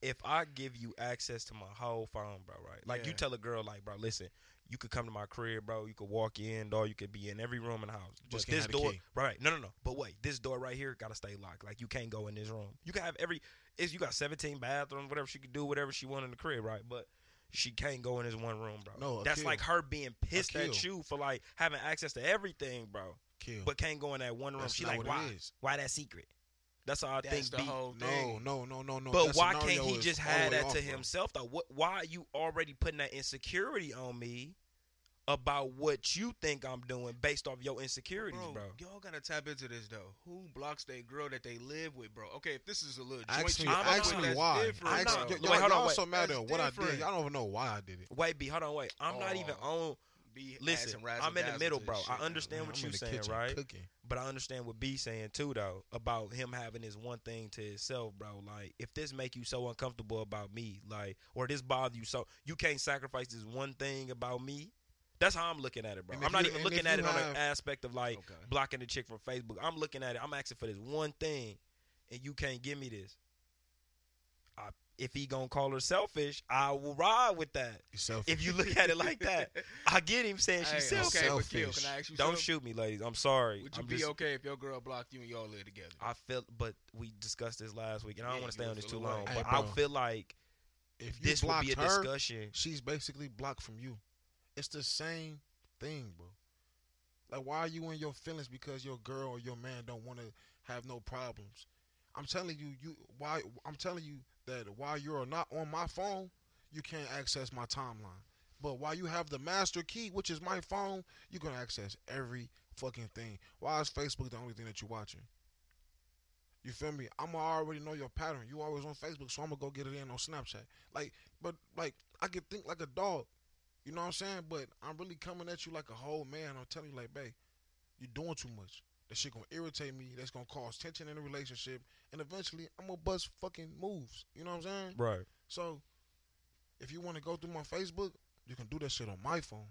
if I give you access to my whole phone, bro, right? Like you Yeah. tell a girl, like, bro, listen, you could come to my crib, bro. You could walk in, dog. You could be in every room in the house. But Just can't this have the door, key. right? No, no, no. But wait, this door right here gotta stay locked. Like you can't go in this room. You can have every. It's, you got 17 bathrooms, whatever she could do, whatever she want in the crib, right? But she can't go in this one room, bro. No, a that's kill. like her being pissed at kill. you for like having access to everything, bro. Kill. But can't go in that one room. That's she not like, what it why? is. Why that secret? That's all I That's think. the B. whole no, thing. no, no, no, no. But That why can't scenario he is just all the have way that off, to bro. himself though? What? Why are you already putting that insecurity on me about what you think I'm doing based off your insecurities, Bro, bro? y'all gotta tap into this though. Who blocks that girl that they live with, bro? Okay, if this is a little Ask joint, me, you I'm ask doing, me that's why. different, Ask, I'm y- bro. not- y'all, Wait, hold on, y'all wait. so mad That's at what I did. different. Y'all don't even know why I did it. Wait, B, hold on, wait. I'm not even on. Be Listen, ass and razzle I'm in the dazzle middle, to bro. this I shit, understand Man, what I'm you in the saying, kitchen right? Cooking. But I understand what B saying too, though, about him having his one thing to himself, bro. Like, if this make you so uncomfortable about me, like, or this bother you so, you can't sacrifice this one thing about me. That's how I'm looking at it, bro. And I'm if not you- even and looking if at it you on have- an aspect of like Okay. blocking the chick from Facebook. I'm looking at it. I'm asking for this one thing, and you can't give me this. I, if he gonna call her selfish, I will ride with that. You selfish. If you look at it like that, I get him saying Hey, she's selfish. Okay, but Kill, Selfish. can I ask you Don't something? shoot me, ladies. I'm sorry. Would you I'm be just- okay if your girl blocked you and y'all live together? I feel, but we discussed this last week, and I Yeah, don't want to stay you on this feel too the way. long. Hey, but bro. I feel like if you this would block be a her, discussion. she's basically blocked from you. It's the same thing, bro. Like, why are you in your feelings because your girl or your man don't want to have no problems? I'm telling you, you why I'm telling you that while you're not on my phone, you can't access my timeline. But while you have the master key, which is my phone, you can access every fucking thing. Why is Facebook the only thing that you're watching? You feel me? I'ma already know your pattern. You always on Facebook, so I'ma go get it in on Snapchat. Like, but like I can think like a dog. You know what I'm saying? But I'm really coming at you like a whole man. I'm telling you, like, babe, you doing too much. That shit gonna irritate me. That's gonna cause tension in the relationship, and eventually I'm gonna bust fucking moves. You know what I'm saying? Right. So, if you want to go through my Facebook, you can do that shit on my phone.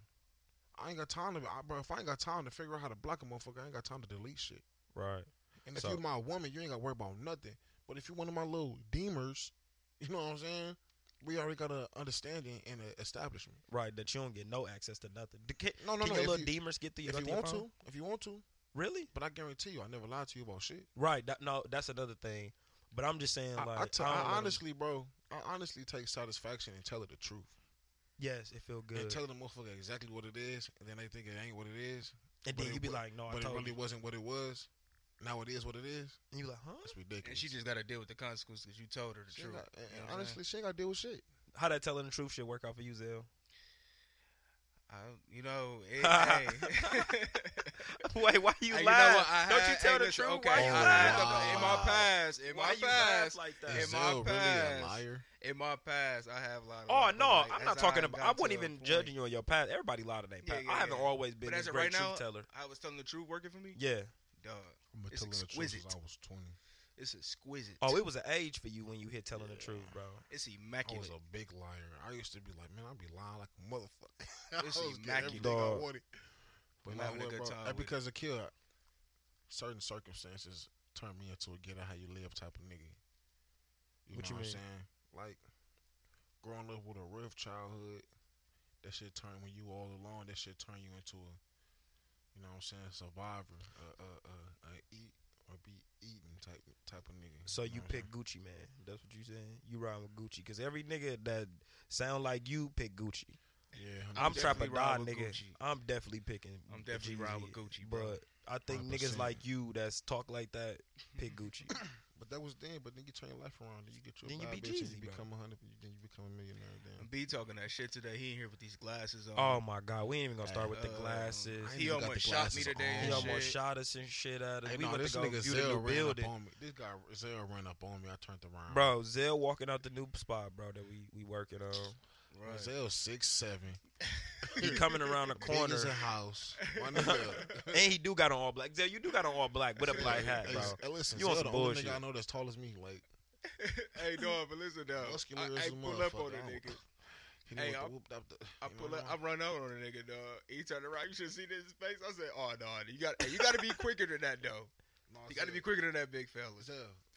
I ain't got time to, I, bro. If I ain't got time to figure out how to block a motherfucker, I ain't got time to delete shit. Right. And if So- you my woman, you ain't got to worry about nothing. But if you one of my little demers, you know what I'm saying? We already got a understanding and an establishment. Right. That you don't get no access to nothing. The ca- No, no, can no. your If little you, demons get through your, if you through your want phone? to, if you want to, Really? but I guarantee you, I never lied to you about shit. Right. That, no, that's another thing. But I'm just saying, I, like, I, t- I I don't wanna- honestly, bro, I honestly take satisfaction in telling the truth yes, it feel good. and telling the motherfucker exactly what it is, and then they think it ain't what it is, and but then it you be wa- like, no, I but it told really you. wasn't what it was. Now it is what it is. And you be like, huh? That's ridiculous. And she just got to deal with the consequences because you told her the She ain't truth. got- and- You know and what I'm saying? honestly, she ain't got to deal with shit. How that telling the truth shit work out for you, Zell? I, you know, it, hey. Wait, why you lying? Hey, you know what? I Don't you had- tell hey, the listen, truth? Okay, Why you I lying? laughed about- about- in my past, in Why my you laugh past, like that? Is Is my Zell really a past. liar? in my past, I have a lot of. Oh but no, like, I'm as not talking I about. got I to wasn't a even point- judging you on your past. Everybody lied on their past. Yeah, yeah, I haven't yeah. always been But this as of great right now, truth teller. I was telling the truth working for me. Yeah. Dog, I'm It's telling the truth since exquisite. I was 20. it's exquisite. Oh, it was an age for you when you hit telling the truth, bro. it's I immaculate. was a big liar. I used to be like, man, I'd be lying like a motherfucker. I This was is getting Mackie, everything dog. I wanted. But I'm like, having a what, good bro, time and with it. because of Kill, certain circumstances turned me into a get out how you live type of nigga. You What know you mean? what I'm saying? Like growing up with a rough childhood, that shit turned when you all alone. That shit turned you into a, you know what I'm saying, survivor, a a a, a eat or be eaten type type of nigga. So you Mm-hmm. know what I'm pick Gucci, man. That's what you saying. You ride with Gucci because every nigga that sound like you pick Gucci. saying? yeah, I'm, definitely trapping ride God, with nigga. Gucci. I'm definitely picking. I'm the definitely ride with Jeezy, Gucci, bro. But I think niggas 100%. like you that's talk like that pick Gucci. But that was then. But then you turn your life around. Then you get your Then you bad be bitch. and Jeezy, you bro. become a hundred. Then you become a millionaire. Then B talking that shit today. He in here with these glasses on. oh my God, we ain't even gonna start with the Uh, glasses. I ain't He even got almost the shot me glasses today. on. and He almost shit. shot us and shit out of. Hey, we no, about this to go nigga view the Zell new ran building, up on me. This guy Zell ran up on me. I turned around. bro. Zell walking out the new spot, bro. That we we working on. Right. Zell six seven. He coming around the corner, Big as a house. My nigga. and he do got on all black. Zell, you do got on all black with a black hat, Hey, bro. hey, listen, You you on Zell the some only bullshit. nigga I know that's tall as me. Like hey, dog, but listen though. muscular I, as I a pull up on motherfucker. Oh, I a don't- nigga. He Hey, done I- whooped out the. I you know pull what up. I I'm run out on a nigga, dog. He turned around. You should see this face. I said, "Oh no, you got hey, you got to be quicker than that, though. No, You got to Zell, be quicker than that, big fella." Zell,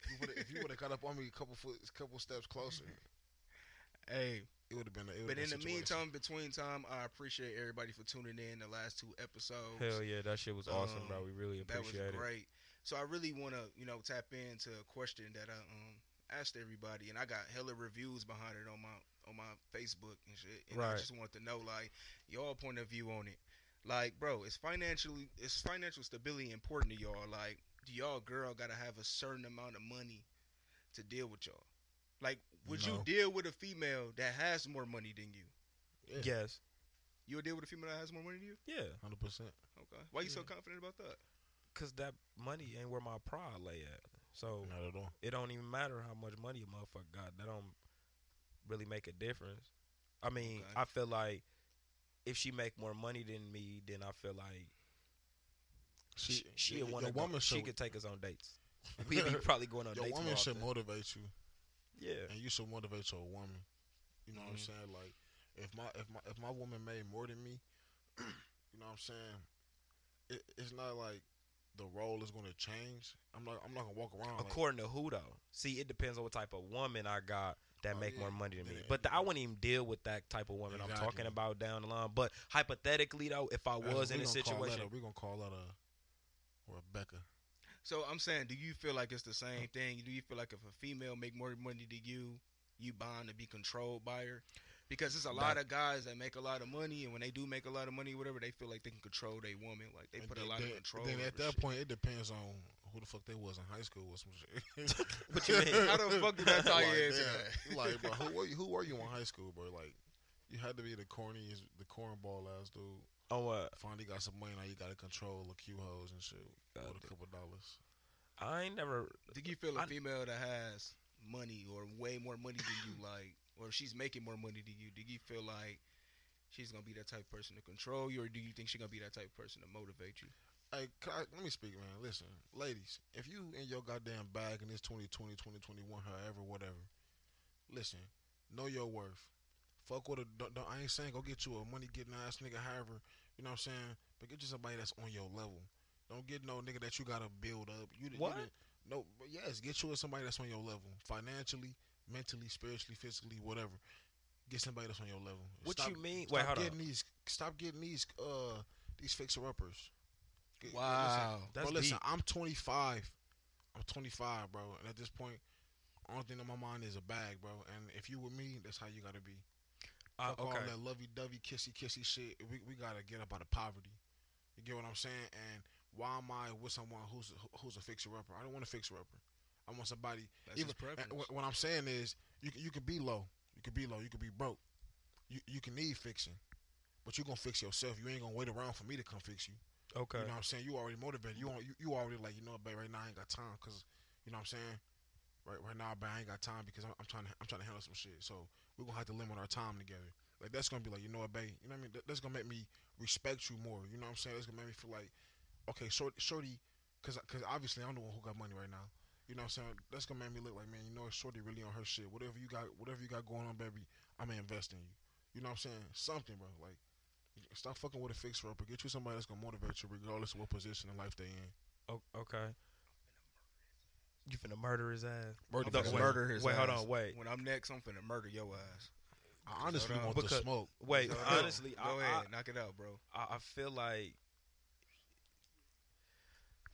you would've- if you would have got up on me a couple foot, couple steps closer, Hey, it would have been. A, it would've but been in a the situation. meantime, between time, I appreciate everybody for tuning in the last two episodes. Hell yeah, that shit was awesome, Um, bro. We really that was appreciate it. great. So I really want to, you know, tap into a question that I um asked everybody, and I got hella reviews behind it on my on my Facebook and shit. And I Right. just wanted to know, like, y'all point of view on it. Like, bro, is financially is financial stability important to y'all? Like, do y'all girl gotta have a certain amount of money to deal with y'all? Like, would you No. deal with a female that has more money than you? Yeah. Yes, You'll deal with a female that has more money than you? yeah. Hundred percent. Okay. Why you so Yeah. confident about that? Cause that money ain't where my pride lay at. So Not at all. it don't even matter how much money a motherfucker got. That don't really make a difference. I mean, Okay. I feel like if she make more money than me, then I feel like she she your- want to your woman go. She should- could take us on dates. We'd be probably going on Your dates woman more should often. motivate you. yeah, Mm-hmm. and you should motivate your woman. You know what I'm saying? Like if my if my if my woman made more than me, you know what I'm saying? It, it's not like the role is gonna change. I'm not I'm not gonna walk around. like, according to who though. See, it depends on what type of woman I got that Oh, make yeah. more money than me. Yeah, But the, I yeah. wouldn't even deal with that type of woman I'm Exactly. talking about down the line. But hypothetically though, if I that's- was in we a gonna call that situation, a- we gonna call that a Rebecca. So I'm saying, do you feel like it's the Oh. same thing? Do you feel like if a female make more money than you, you bound to be controlled by her? Because there's a lot of guys that make a lot of money, and when they do make a lot of money, whatever, they feel like they can control their woman. Like they And put a then- lot then, of control. Then at over that shit. point, it depends on who the fuck they was in high school or some shit. What you mean? how the fuck did that tie like, you into damn. that? You like, bro, who were you? Who were you in high school, bro? Like, you had to be the corniest, the cornball ass dude. on Oh, what? Finally got some money now. You got to control the Q hoes and shit God with a couple dollars. I ain't never. Do you feel a I- female that has money or way more money than you like, or she's making more money than you? Do you feel like she's gonna be that type of person to control you, or do you think she's gonna be that type of person to motivate you? Hey, can I- let me speak, man. Listen, ladies, if you in your goddamn bag in this 2020, 2021, however, whatever, listen, know your worth. Fuck with a. Don't, don't- I ain't saying go get you a money getting ass nigga, however, you know what I'm saying? But get you somebody that's on your level. Don't get no nigga that you gotta build up. You, didn't- What? You, didn't- no, but yes, get you with somebody that's on your level. Financially, mentally, spiritually, physically, whatever. Get somebody that's on your level. What Stop- you mean? Stop Wait, hold on. getting these. Stop getting these. Uh, these fixer uppers. Wow. Bro, That's listen, deep. I'm 25. I'm 25, bro. And at this point, only thing on my mind is a bag, bro. And if you with me, that's how you gotta be. I, Fuck okay. all that lovey-dovey, kissy-kissy shit. We we gotta get up out of poverty. You get what I'm saying? And why am I with someone who's who's a fixer-upper? I don't want a fixer-upper. I want somebody. That's his preference. and what- What I'm saying is, you can- you can be low. You can be low. You can be broke. You you can need fixing, but you gonna fix yourself. You ain't gonna wait around for me to come fix you. Okay. You know what I'm saying? You already motivated. You on, you, you already like you know, but right now I ain't got time because you know what I'm saying. Right right now, but I ain't got time because I'm, I'm trying to I'm trying to handle some shit. So we're gonna have to limit our time together. Like that's gonna be like you know what, babe. You know what I mean? That, that's gonna make me respect you more. You know what I'm saying? That's gonna make me feel like okay, short, shorty, because because obviously I'm the one who got money right now. You know what I'm saying? That's gonna make me look like man. You know, what, shorty really on her shit. Whatever you got, whatever you got going on, baby, I'm gonna invest in you. You know what I'm saying? Something, bro. Like. Stop fucking with a fixer upper. Get you somebody that's gonna motivate you, regardless of what position in life they in. O- okay. You finna murder his ass. I'm the gonna way. murder his Wait, hold ass. on, wait. When I'm next, I'm finna murder your ass. I honestly Hold on. want Because- the smoke. Wait, Go ahead. honestly, I, go I, ahead, knock it out, bro. I, I feel like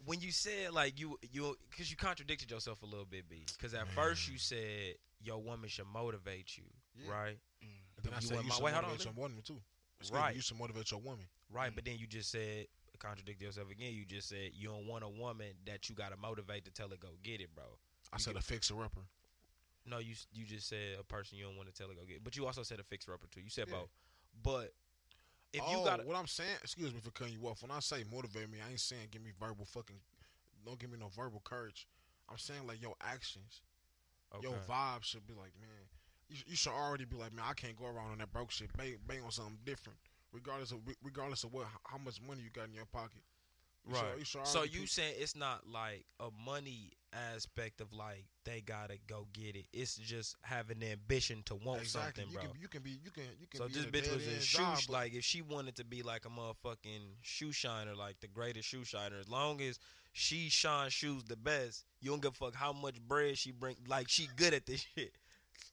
when you said like you you because you contradicted yourself a little bit, B. Because at first you said your woman should motivate you, Yeah. right? And then I You said want you my- should wait, hold on, motivate your let woman too. Excuse me, Right. You should motivate your woman. Right, but then you just said contradicted yourself again. You just said you don't want a woman that you gotta motivate to tell her go get it, bro. I said a fixer upper. No, you s- you just said a person you don't want to tell her go get, but you also said a fixer upper too. You said both, but if oh, you got what I'm saying, excuse me for cutting you off. When I say motivate me, I ain't saying give me verbal fucking. Don't give me no verbal courage. I'm saying like your actions, okay, your vibe should be like, man. You, sh- you should already be like, man. I can't go around on that broke shit. Bang, bang on something different, regardless of regardless of what how much money you got in your pocket. You should- Right. you should so already you be- saying it's not like a money aspect of like they gotta go get it. It's just having the ambition to want Exactly. something, you bro. Can, you can be. You can. You can. so be this a bitch was in dead-end shoe job, sh- but- like if she wanted to be like a motherfucking shoe shiner, like the greatest shoe shiner, as long as she shines shoes the best, you don't give a fuck how much bread she bring. Like she good at this shit.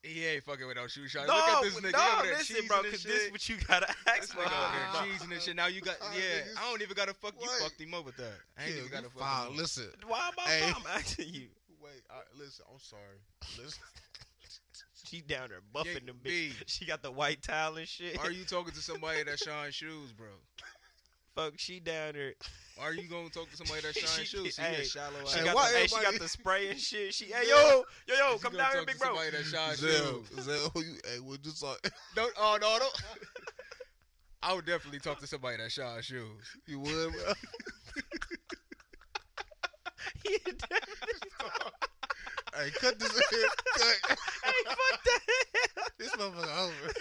He ain't fucking with no shoe shot. no, Look at this nigga. no, over there listen, cheesing bro, and because shit. this what you gotta This ask. nigga Wow. out there cheesing and shit. Now you got yeah. niggas- I don't even gotta fuck. You Wait. fucked him up with that. I ain't Yeah, even gotta you fuck. fine. him up. Listen. Why am I? Hey. I'm asking you. Wait. I, listen. I'm sorry. Listen. She down there buffing Yeah, them bitch. B. She got the white towel and shit. Are you talking to somebody that shines shoes, bro? Fuck, she down there. Are you gonna talk to somebody that She- shines shoes? He hey, a shallow She, ass. Hey, got why the, hey, she got everybody- the spray and shit. She, hey, yo, yo, yo, You come gonna down here, talk to big bro. Somebody that shines Zell. shoes. Zell. You. Hey, we just saw. Don't. Oh no, don't. I would definitely talk to somebody that shines shoes. You would. Bro. hey, fuck hey, cut this. in. Cut. that. This motherfucker over.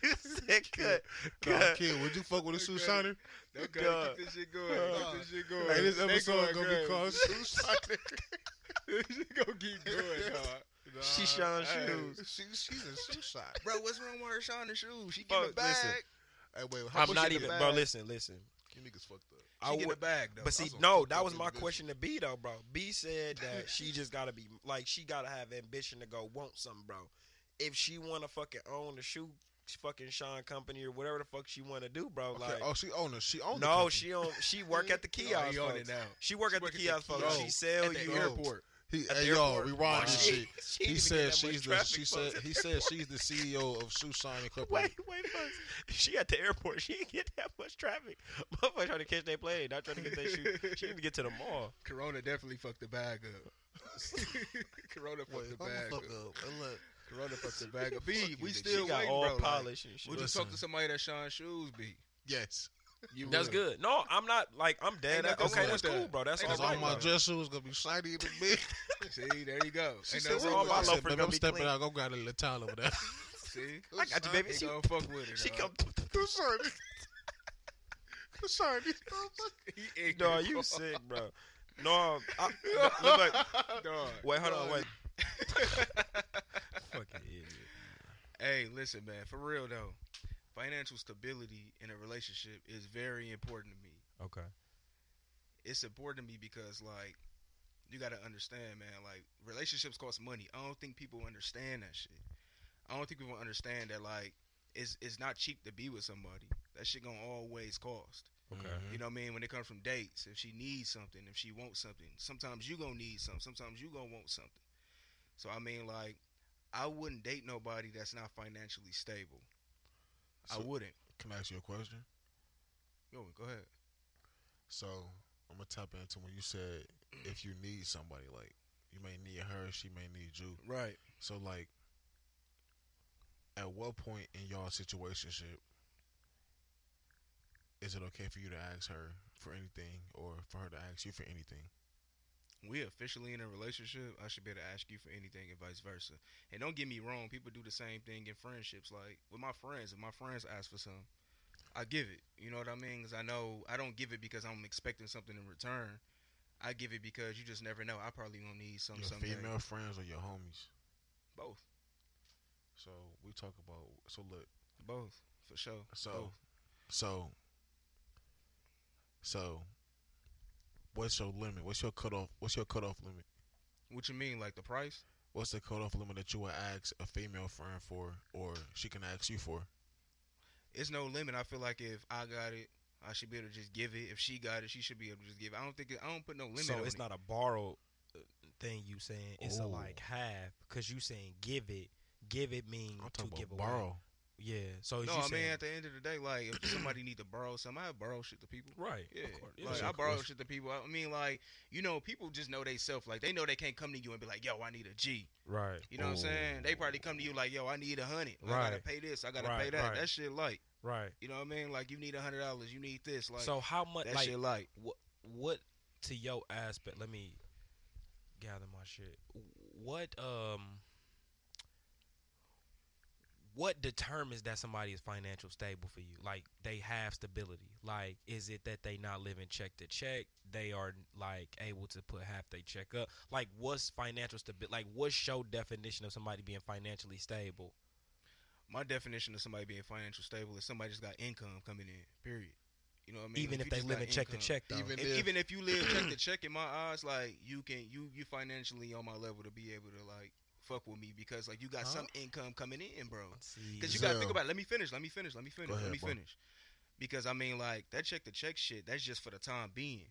Dude said cut. Nah, cut. kid, would you fuck with a shoe Okay. shiner? Don't God. gotta keep this shit going. Keep this shit going. Hey, this They going episode gonna be crazy. called shoe shiner. this shit gonna keep going, dog. She shine shoes. She, she's a shoe shiner. Bro, what's wrong with her shining shoes? She Fuck, get a bag. listen. Hey, wait. How I'm much not you even, get? bro. Listen, listen. You niggas fucked up. She I get a would, bag though. but see, That's a no, fucked that up was my individual. question to B though, bro. B said that she just gotta be like she gotta have ambition to go want something, bro. If she wanna fucking own the shoe fucking Sean company or whatever the fuck she wanna do, bro, Okay. like oh, she owner. She owns. No, she on she work at the Oh, kiosk. he on folks. it now. She work at the work at the kiosk, folks. kiosk. She sell At the you. airport. He, At the hey, y'all, airport. rewind this She- shit. she He didn't even said get that much she's the. traffic, She folks. said he said she's the CEO of Shoe Shining Company. Wait, wait, folks. She at the airport. She didn't get that much traffic. Motherfucker trying to catch their plane, not trying to get their shoe. She didn't even get to the mall. Corona definitely fucked the bag up. Corona fucked the hold bag the up. fuck up. And look, Corona fucked the bag up. Fuck B, you, we nigga. still She got waiting, all bro. Like, polished and shit. we just Listen. talked to somebody that shines shoes, B. yes, You That's would. good. No, I'm not like I'm dead. Ain't at- nothing Okay, wrong that's with that. cool, bro. That's Ain't all Cause all right. nothing my bro. wrong dress shoes gonna be shiny in the big. See, there you go. She Ain't said, nothing "What wrong you my doing?" I with said, loafers "Baby, gonna I'm be stepping clean." out. Go grab a little towel over there. it. See, I got you, baby. Ain't She, gonna fuck with it. she huh? come. I'm sorry. I'm sorry. He ignorant, Dog, bro. you sick, bro. No, I, look, look, Dog. wait, hold on, wait. Fucking idiot. Hey, listen, man. For real though, financial stability in a relationship is very important to me. Okay. It's important to me because like you got to understand, man. Like relationships cost money. I don't think people understand that shit. I don't think people understand that like it's it's not cheap to be with somebody. That shit gonna always cost. Okay. Mm-hmm. You know what I mean? When it comes from dates, if she needs something, if she wants something, sometimes you gonna need something. Sometimes you gonna want something. So I mean, like, I wouldn't date nobody that's not financially stable. I So- wouldn't. Can I ask you a question? Yo, go ahead. So I'm gonna tap into when you said if you need somebody, like you may need her, she may need you. Right. So like, at what point in y'all situationship is it okay for you to ask her for anything, or for her to ask you for anything? We officially in a relationship. I should be able to ask you for anything and vice versa. And don't get me wrong, people do the same thing in friendships. Like with my friends, if my friends ask for something, I give it. You know what I mean? Because I know I don't give it because I'm expecting something in return. I give it because you just never know. I probably gonna need something. Your someday. female friends or your homies? Both. So we talk about. So look. Both, for sure. So, Both. so, so, what's your limit? What's your cutoff? What's your cutoff limit? what you mean, like the price? What's the cutoff limit that you would ask a female friend for, or she can ask you for? It's no limit. I feel like if I got it, I should be able to just give it. If she got it, she should be able to just give it. I don't think it, I don't put no limit. So on it's it. not a borrowed uh, thing you saying. It's a Ooh. like Oh. half because you saying give it. Give it mean I'm to talking give about away. borrow. Yeah. So is No, you I mean saying at the end of the day, like if somebody need to borrow something, I borrow shit to people. right? Yeah, Of course. like yeah. I borrow shit to people. I mean, like you know, people just know they self. Like they know they can't come to you and be like, "Yo, I need a G." right. You know what I'm saying? They probably come to you like, "Yo, I need a hundred. I gotta Right. pay this. I gotta Right, pay that." right. That shit, like Right. you know what I mean? Like you need a hundred dollars. You need this. Like so how much? that Like shit, like what? What to your aspect? Let me gather my shit. What um. What determines that somebody is financial stable for you? Like they have stability. Like is it that they not living check to check? They are like able to put half they check up. Like what's financial stability? Like what's your definition of somebody being financially stable? my definition of somebody being financial stable is somebody just got income coming in. Period. You know what I mean? even if, you they just live got in check to income- check, though. Even If, if, even if you live check to check, in my eyes, like you can you you financially on my level to be able to like fuck with me because like you got Huh? some income coming in, bro. Because you See, got to think Zell. about. It. Let me finish. Let me finish. Let me finish. ahead, let me bro. finish. Because I mean, like that check to check shit. That's just for the time being.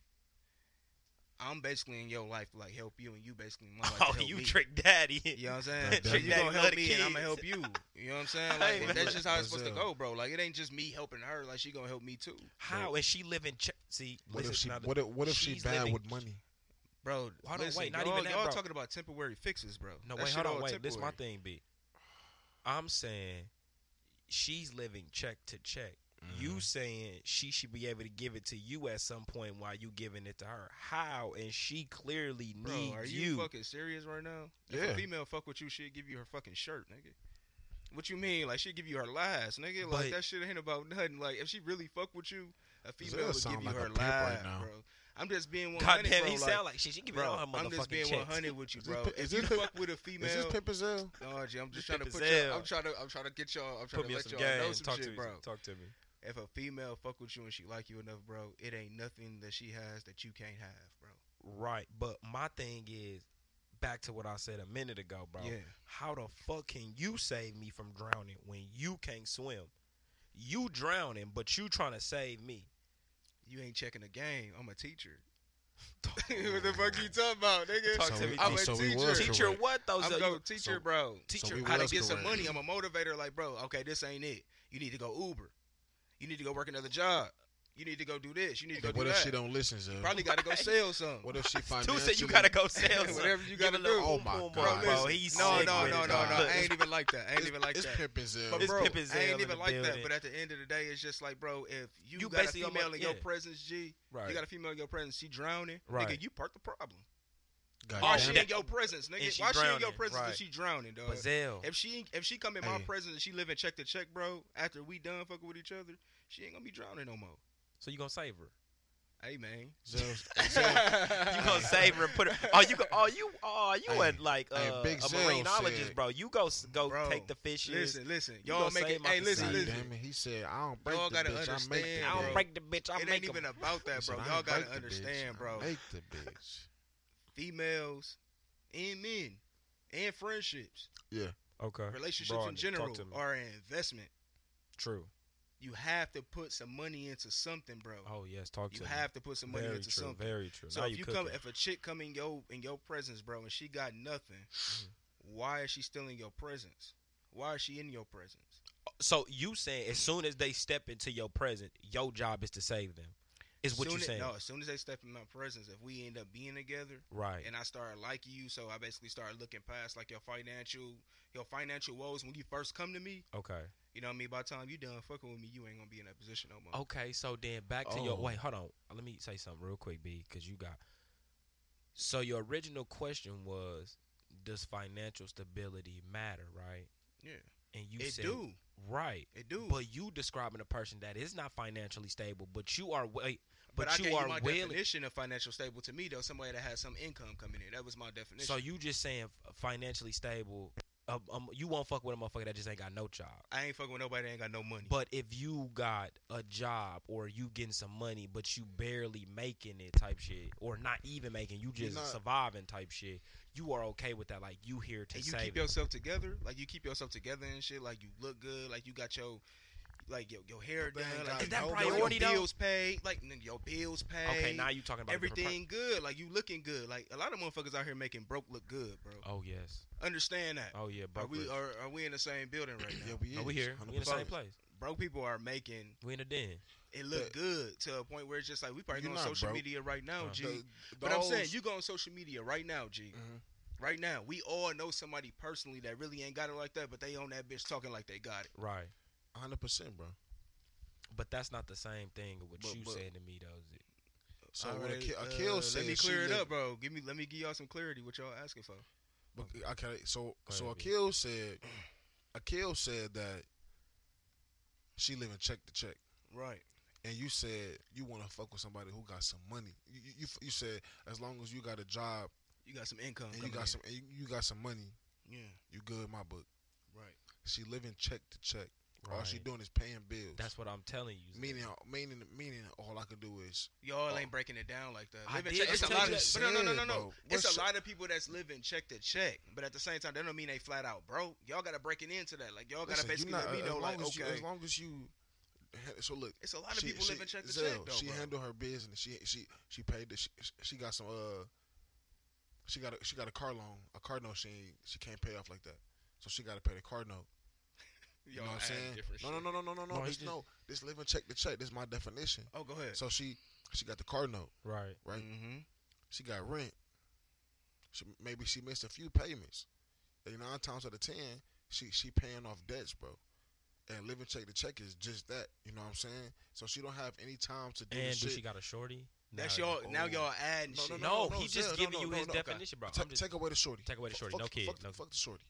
I'm basically in your life to like help you, and you basically in my life to oh, help you me. trick daddy. You know what I'm saying? That- So that- you gonna help Love the me and I'm kids. gonna help you. You know what I'm saying? Hey, Like that's man. just how it's supposed to Brazil. go, bro. Like it ain't just me helping her. Like she gonna help me too, How is she living? Ch- see, what listen, if she? now the- What if, what if she she's bad living- with money? bro. Hold on, listen, wait, not y'all, even that, y'all bro. talking about temporary fixes, bro. no, That wait, shit hold on, all wait. This my temporary. thing, B. I'm saying she's living check to check. Mm-hmm. You saying she should be able to give it to you at some point while you giving it to her. How? And she clearly needs Bro, are you, you. fucking serious right now? If Yeah. a female fuck with you, she'd give you her fucking shirt, nigga. What you mean? Like she'd give you her last, nigga. But- like that shit ain't about nothing. Like if she really fuck with you, a female would sound give you like a her pimp right last, now. bro. I'm just being one God hundred. damn, bro. he like, sound like shit. She can be bro, all her I'm just motherfucking being one checks. hundred with you, Is this bro. pi- If is you this pi- fuck with a female, Is this Pimpazelle? No, G, I'm just This trying to shit put is y'all. ill. I'm trying to. I'm trying to get y'all. I'm trying Put to me on let some y'all know games. some Talk to shit, me. bro. Talk to me. If a female fuck with you and she like you enough, bro, it ain't nothing that she has that you can't have, bro. Right, but my thing is back to what I said a minute ago, bro. Yeah. How the fuck can you save me from drowning when you can't swim? You drowning, but you trying to save me. You ain't checking the game. I'm a teacher. what the fuck you talking about, nigga? Talk so to we, me. oh, I'm a so we teacher. was Teacher, correct. what though? I'm So no you- teacher, so- bro. so teacher, we how to was get Get some correct. money. I'm a motivator. Like, bro, okay, this ain't it. You need to go Uber. You need to go work another job. You need to go do this. You need to go What do if that. she don't listen, Zell? Probably got to go sell some. What if she Two financially? said you gotta go sell some. Whatever you Give a gotta little do. Oh my boom, boom, God. Oh Bro, Listen, he's no, sick no, with no, it, no, dog. no. Look, I ain't even like that. I ain't It's, even like it's that. pimping, Zell. But It's bro, Pimpin' I Zell in ain't the even like that. building. But at the end of the day, it's just like, bro, if you, You got a basically female almost- in your yeah. presence, G, Right. you got a female in your presence, she drowning, Right. nigga, you part the problem. God Why Oh, she damn that- it. in your presence, nigga? And she Why she in your drowning, presence right. if she drowning, dog? But Zell, If she if she come in my Hey. presence and she living check to check, bro, after we done fucking with each other, she ain't gonna be drowning no more. so you gonna save her? Hey man. Zell- You gonna save her? And put her? Oh, you? go- Oh, you? Oh, you Hey, a like uh, hey, Big a Zell marineologist, said- bro? You go s- go Bro, take the fishes. Listen, listen. You Y'all gonna make save it my hey listen, God facility. listen. damn it. He said, I don't break Y'all the gotta bitch. I make the understand, I bitch. don't bro. break the bitch. I it make ain't 'em. even about He that, said, bro. I Y'all don't gotta break the bitch. understand, I bro. Make the bitch. Females and men and friendships, Okay. relationships Broaden in it. Talk general to me. are an investment. True. You have to put some money into something, bro. Oh yes, talk you to have to put some Very money true. into something. Very true. So now if you cooking. come, if a chick come in your in your presence, bro, and she got nothing, why is she still in your presence? Why is she in your presence? me. So you saying as soon as they step into your present, your job is to save them? Is what Soon you as- saying? No, as soon as they step in my presence, if we end up being together, Right. and I start liking you, so I basically start looking past like your financial your financial woes when you first come to me. Okay. You know what I mean? By the time you done fucking with me, you ain't gonna be in that position no more. Okay, so then back to your Oh. wait. Hold on. Let me say something real quick, B, because you got. So your original question was, does financial stability matter, right? Yeah. And you it said do, right, it do. but you describing a person that is not financially stable, but you are wait, but, I gave you are my willing. definition of financial stable to me though. Somebody that has some income coming in. That was my definition. So you just saying f- financially stable. Um, um, you won't fuck with a motherfucker that just ain't got no job. I ain't fucking with nobody that ain't got no money. But if you got a job or you getting some money, but you barely making it type shit, or not even making, you just not- surviving type shit, you are okay with that. Like you here to and you save. keep it. yourself together, like you keep yourself together and shit. Like you look good, like you got your like your, your hair But done. they ain't Like got you no know, priority, though? your bills paid, like nigga, your bills paid. okay, now you talking about a different everything good. Like you looking good. Like a lot of motherfuckers out here making broke look good, bro. per- Oh yes. Understand that. Oh yeah. are Broke we rich. are, are we in the same building right now? Yeah, we No, we is, here. We in the 100%. same place. Broke people are making We in the den. it look But- good to a point where it's just like we probably You're go on not social broke. Uh-huh. media right now, Uh, G. The- Mm. Mm-hmm. But I'm those- saying you go on social media right now, G. Right now, we all know somebody personally that really ain't got it like that, but they on that bitch talking like they got it. Right. 100%, bro. But that's not the same thing of what But- you but- said to me though. Is it? So All when a, right, ki- a uh, kill let me says she clear it live- up, bro. Give me, let me give y'all some clarity. What y'all asking for? But, okay, so Go so ahead, B. Akil said, Akil said that she living check to check, Right. and you said you want to fuck with somebody who got some money. You, you- you f- you said as long as you got a job You got some income. and you coming got in. some and you- you got some money, Yeah. you good in my book. Right. She living check to check. All she Right. doing is paying bills. That's what I'm telling you. Zay. meaning meaning meaning all I could do is Y'all Oh. ain't breaking it down like that. I Living did check, it's just a tell lot you of, that. but no, no, no, no, Said, no. bro. It's What's- a lot of people that's living check to check, but at the same time, that don't mean they flat out broke. Y'all gotta break it into that. Like y'all gotta Listen, basically you not- uh, let me as know, long like, as you- okay, as long as you so look it's a lot of people living check to Zell, check though. She bro. handled her business. She she she paid. The, she she got some. Uh, she got a, she got a car loan, a car note. She ain't- she can't pay off like that, so she got to pay the car note. You Y'all know what I'm add saying? different No, shit. no, no, no, no, no, No, no. he This just- no. This living check to check. This is my definition. Oh, go ahead. So she she got the car note, Right. right? mm-hmm. She got rent. She maybe she missed a few payments. Like nine times out of ten, she she paying off debts, bro. And living check to check is just that. You know what I'm saying? So she don't have any time to do the And do shit. she got a shorty? That's Nah, y'all. Now oh. y'all adding No, no, shit. No, he just Zell, giving no, you no, his no, okay. definition, bro. Ta- I'm just- take away the shorty. Take away the shorty. Fuck- Fuck, No the- kid, Fuck, the- no- fuck the shorty.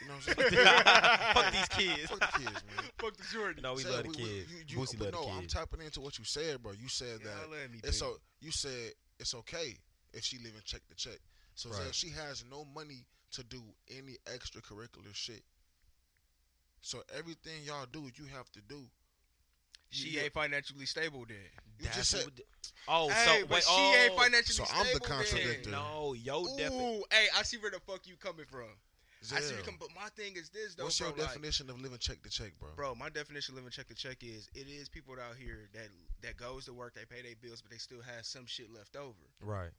You know what I'm saying? Fuck these kids. fuck the kids, man. Fuck the Jordan. No, we Zell, love the kids. you- you- Boosie but love no, the I'm kids. tapping into what you said, bro. You said that Y'all let me it's be. so you said it's okay if she living check to check. So Zell, Right. she has no money to do any extracurricular shit. So everything y'all do, you have to do. she you- ain't financially stable then. You just said Oh, hey, so but wait, she oh, ain't financially So I'm the stable. then. contradictor. No, yo, definitely. Ooh, hey, I see where the fuck you coming from. I see Zell, you coming, but my thing is this though, What's bro. your like- definition of living check to check, bro? Bro, my definition of living check to check is it is people out here that that goes to work, they pay their bills, but they still have some shit left over. Right.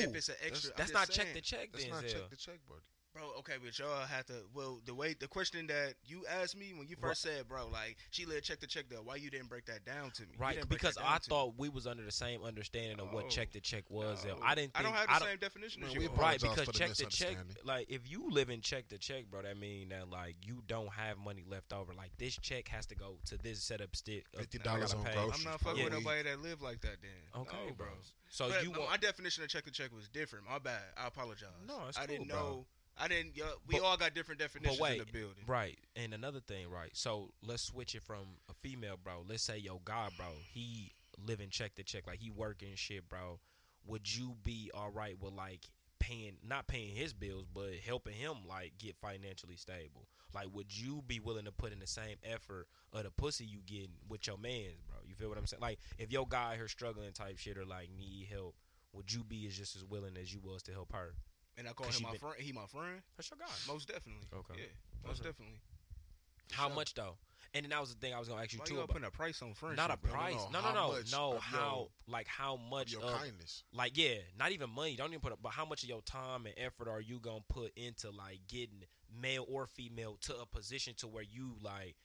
Who? if it's an extra. I'm That's just not check saying. to check, That's then. not Zell. check to check, bro. Bro, okay, but y'all have to. Well, the way the question that you asked me when you first said, bro, like she let check to check that. Why you didn't break that down to me? You Right, didn't break because that down I to me. thought we was under the same understanding of what check to check was. and I didn't. I Think, don't have the same definition as Man, you. we all. Right, Apologize because for the check to check, misunderstanding. like if you live in check to check, bro, that mean that like you don't have money left over. Like this check has to go to this setup stick. of- Fifty that I dollars gotta on pay. groceries. I'm not fucking with Yeah. nobody that live like that. Then Okay, No, bro. So But Oh, you no, want my definition of check to check was different. My bad. I apologize. No, it's I didn't cool, bro. know. I didn't. Yo, we But- all got different definitions in the wait, building. Right. And another thing, right. So let's switch it from a female, bro. Let's say your guy, bro, he living check to check, like he working shit, bro. Would you be all right with like paying not paying his bills, but helping him like get financially stable? Like would you be willing to put in the same effort of the pussy you getting with your man's, bro? You feel what I'm saying? Like if your guy here struggling type shit or like need help, would you be as just as willing as you was to help her? And I call 'Cause him you my been- friend. He my friend. That's your guy. Most definitely. Okay. Yeah. Most definitely. How much though? And then that was the thing I was gonna ask you Why too you all about. putting a price on friendship? not a bro? price. no, No, no, how no, much no. of How your- like how much your of kindness. like yeah, not even money. Don't even put up, but how much of your time and effort are you gonna put into like getting male or female to a position to where you like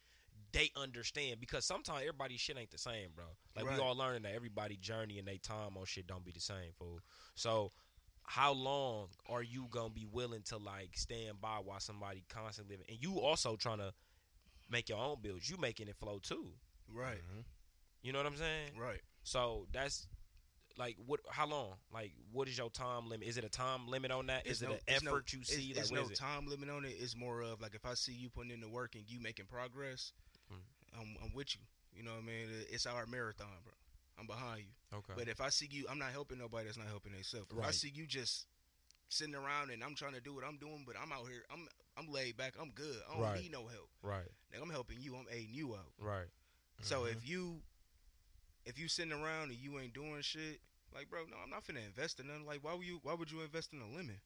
they understand because sometimes everybody's shit ain't the same, bro. Like Right. we all learning that everybody journey and they time on shit don't be the same, fool. So how long are you gonna be willing to like stand by while somebody constantly living and you also trying to make your own bills? You making it flow too. Right. You know what I'm saying? Right. So that's like what? How long? Like what is your time limit? Is it a time limit on that? Is It's no- it it's an no- effort you it's- see? It's, like no what is time limit on it. It's more of like if I see you putting in the work and you making progress, Mm. I'm, I'm with you. You know what I mean? It- It's our marathon, bro. I'm behind you. it? Okay. But if I see you, I'm not helping nobody that's not helping themselves. If I Right. see you just sitting around and I'm trying to do what I'm doing, but I'm out here, I'm I'm laid back, I'm good. I don't Right. need no help. right. Like, I'm helping you. I'm aiding you out. Right. So Mm-hmm. if you if you sitting around and you ain't doing shit, like bro, no, I'm not finna invest in nothing. Like why would you why would you invest in a lemon?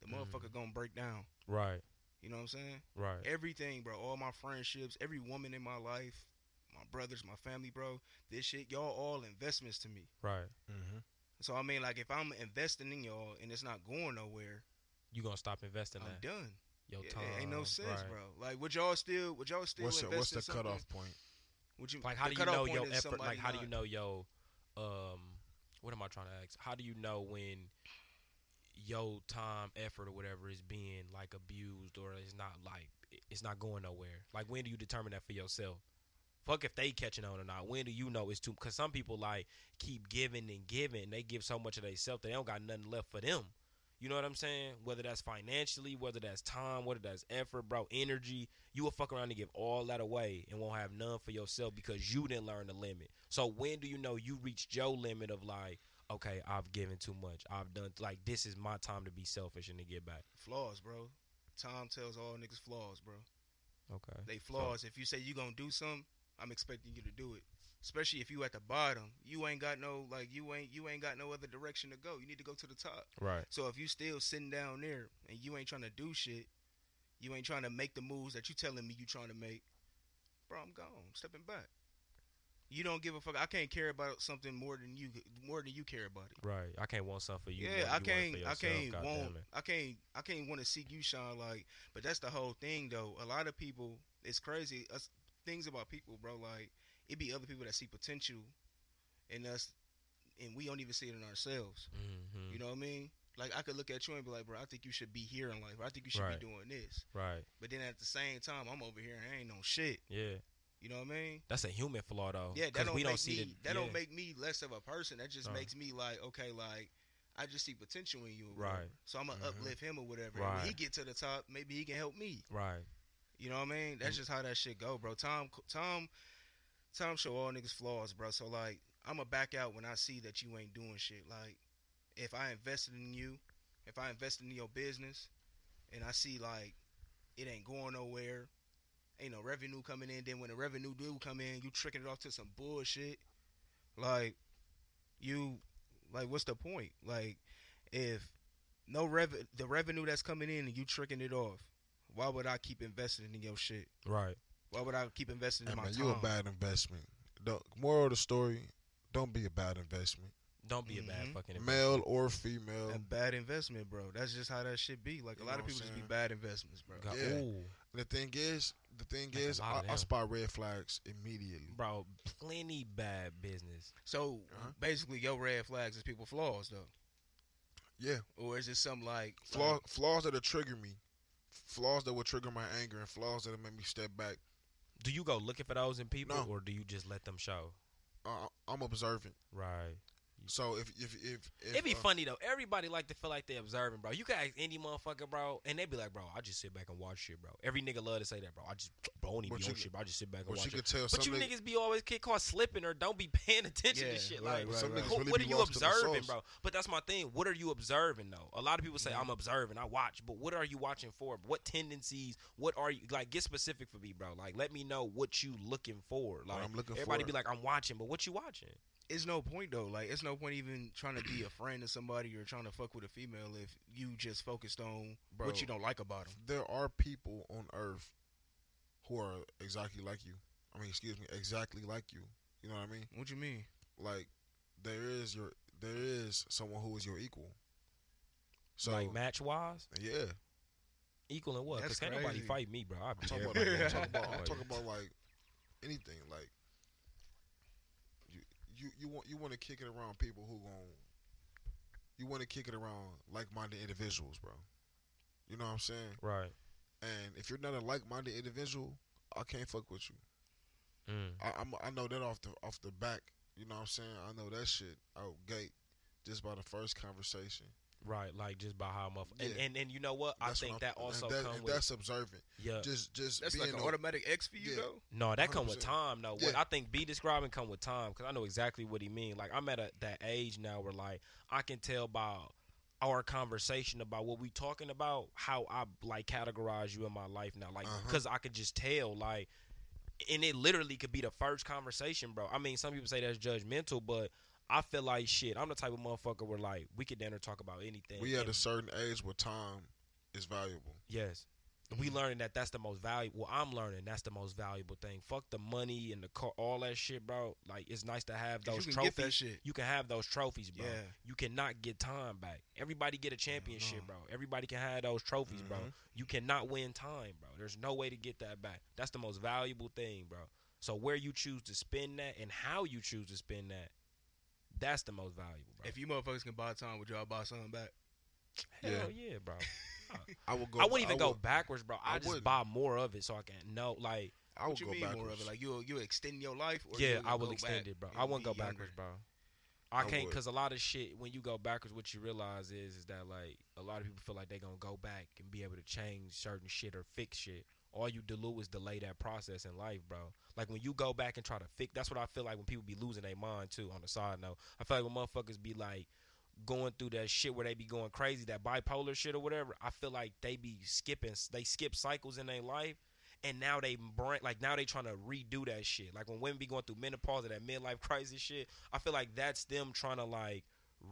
The Mm. motherfucker gonna break down. Right. You know what I'm saying? Right. Everything, bro, all my friendships, every woman in my life, my brothers, my family, bro, this shit, y'all all investments to me. Right. So I mean like if I'm investing in y'all and it's not going nowhere, You gonna stop investing I'm that? done. Your It, time. it ain't no sense, right. bro. Like would y'all still would y'all still What's the, invest what's in the something? cutoff point? Would you Like how the do you know cutoff point your is effort? somebody Like how do you not- know your um? What am I trying to ask? How do you know when your time, effort, or whatever is being like abused or it's not like it's not going nowhere? Like when do you determine that for yourself? Fuck if they catching on or not. When do you know it's too? Because some people like keep giving and giving. They give so much of themselves, they don't got nothing left for them. You know what I'm saying? Whether that's financially, whether that's time, whether that's effort, bro, energy, you will fuck around and give all that away and won't have none for yourself because you didn't learn the limit. So when do you know you reached your limit of like, okay, I've given too much. I've done like this is my time to be selfish and to get back. flaws, bro. Time tells all niggas flaws, bro. Okay. They flaws. if you say you gonna do something, I'm expecting you to do it. Especially if you at the bottom, you ain't got no like you ain't you ain't got no other direction to go. You need to go to the top. Right. So if you still sitting down there and you ain't trying to do shit, you ain't trying to make the moves that you telling me you trying to make, bro. I'm gone. I'm stepping back. You don't give a fuck. I can't care about something more than you more than you care about it. Right. I can't want something for you. Yeah, more I than you can't, I want it for yourself, can't God want, damn it. I can't, I can't want to see you shine like. But that's the whole thing, though. A lot of people, it's crazy. Us things about people, bro. Like it be other people that see potential in us, and we don't even see it in ourselves. Mhm. You know what I mean? Like I could look at you and be like, bro, I think you should be here in life. I think you should Right. be doing this. Right. But then at the same time, I'm over here and I ain't no shit. Yeah. You know what I mean? That's a human flaw though. Oh, Yeah, 'cause that don't we make don't see me. the, that yeah. Uh-huh. don't make me less of a person. That just No. makes me like, okay, like I just see potential in you, or Right. Mm-hmm. whatever. So I'm gonna uplift him or whatever. And When he Right. get to the top, maybe he can help me. Right. You know what I mean? That's just how that shit go, bro. Tom, Tom, Tom show all niggas flaws, bro. So like, I'm gonna back out when I see that you ain't doing shit. Like, if I invested in you, if I invested in your business, and I see like it ain't going nowhere, ain't no revenue coming in. Then when the revenue do come in, you tricking it off to some bullshit. Like, you, like, what's the point? Like, if no rev, the revenue that's coming in, and you tricking it off. Why would I keep investing in your shit? Right. Why would I keep investing in Hey, my man, time? you a bad investment. Don't, moral of the story: Don't be a bad investment. Don't be a bad Mm-hmm. fucking investment. male or female. A bad investment, bro. That's just how that should be. Like a lot of You know what I'm people just be saying? bad investments, bro. Go- Yeah. Ooh, The thing is, the thing Like a is, lot I, of I them. spot red flags immediately. bro, plenty bad business. So Uh-huh. basically, your red flags is people flaws, though. Yeah, Or is it something like flaws flaws that'll trigger me, flaws that will trigger my anger, and flaws that'll make me step back. Do you go looking for those in people, No. or do you just let them show? Uh, I'm observant, Right. so if if if, if It'd be uh, funny though. Everybody like to feel like they observing, bro. You can ask any motherfucker, bro, and they be like, bro, I just sit back and watch shit, bro. Every nigga love to say that, bro. I just, bro, I don't even But be you on could- shit, bro. I just sit back and But watch you it. could tell But some you niggas, niggas be always get caught slipping or don't be paying attention Yeah, to shit. right, like, right, some right. niggas who- really what be are you lost to observing, themselves. bro? But that's my thing. What are you observing though? A lot of people say I'm observing, I watch, but what are you watching for? What tendencies? What are you like? Get specific for me, bro. Like, let me know what you looking for. Like, I'm looking everybody for. be like, I'm watching, but what you watching? it's no point though. Like it's no point even trying to be a friend to somebody or trying to fuck with a female if you just focused on Bro. what you don't like about them. There are people on Earth who are exactly like you. I mean, excuse me, exactly like you. You know what I mean? What you mean? Like there is your there is someone who is your equal. So like match wise, yeah, equal in what? That's Because can't nobody crazy. fight me, bro. I be I'm talking about, everybody. I'm talking about, I'm Like, talking about like anything. Like you, you, you want you want to kick it around people who gon' you want to kick it around like-minded individuals, bro. You know what I'm saying? right. And if you're not a like-minded individual, I can't fuck with you. Mm. I, I'm, I know that off the off the back. You know what I'm saying? I know that shit out gate just by the first conversation. Right, like just by how much, and, Yeah. and and you know what? I That's think what that I'm- also and that, come and with that's observant. yeah. Just just That's being like an a- automatic X for you Yeah. though. No, that come with 100%. time though. What Yeah. I think B describing come with time because I know exactly what he mean. Like I'm at a, that age now where like I can tell by our conversation about what we talking about how I like categorize you in my life now. Like Uh-huh. because I could just tell like, and it literally could be the first conversation, bro. I mean, some people say that's judgmental, but I feel like shit. I'm the type of motherfucker where like we could dinner talk about anything. we at and- a certain age where time is valuable. Yes. We learning that that's the most valuable. Well, I'm learning that's the most valuable thing. Fuck the money and the car, all that shit, bro. Like it's nice to have 'Cause those you can trophies. get that shit. You can have those trophies, bro. Yeah. You cannot get time back. Everybody get a championship, bro. Everybody can have those trophies, bro. You cannot win time, bro. There's no way to get that back. That's the most valuable thing, bro. So where you choose to spend that and how you choose to spend that, that's the most valuable, bro. If you motherfuckers can buy time, would y'all buy something back? Hell yeah, bro. I would go. I wouldn't even go would- backwards, bro. I, I just wouldn't. buy more of it so I can know, like, I would what you go mean backwards. more of it? Like you you extend your life? Or yeah, you'll I will go extend back it, bro. and I won't go be younger? backwards, bro. I, I can't would. because a lot of shit when you go backwards, what you realize is is that like a lot of people feel like they gonna go back and be able to change certain shit or fix shit. All you do is delay that process in life, bro. Like when you go back and try to fix, that's what I feel like when people be losing their mind too. On the side note, I feel like when motherfuckers be like going through that shit where they be going crazy, that bipolar shit or whatever. I feel like they be skipping, they skip cycles in their life, and now they brain, like now they trying to redo that shit. Like when women be going through menopause or that midlife crisis shit, I feel like that's them trying to like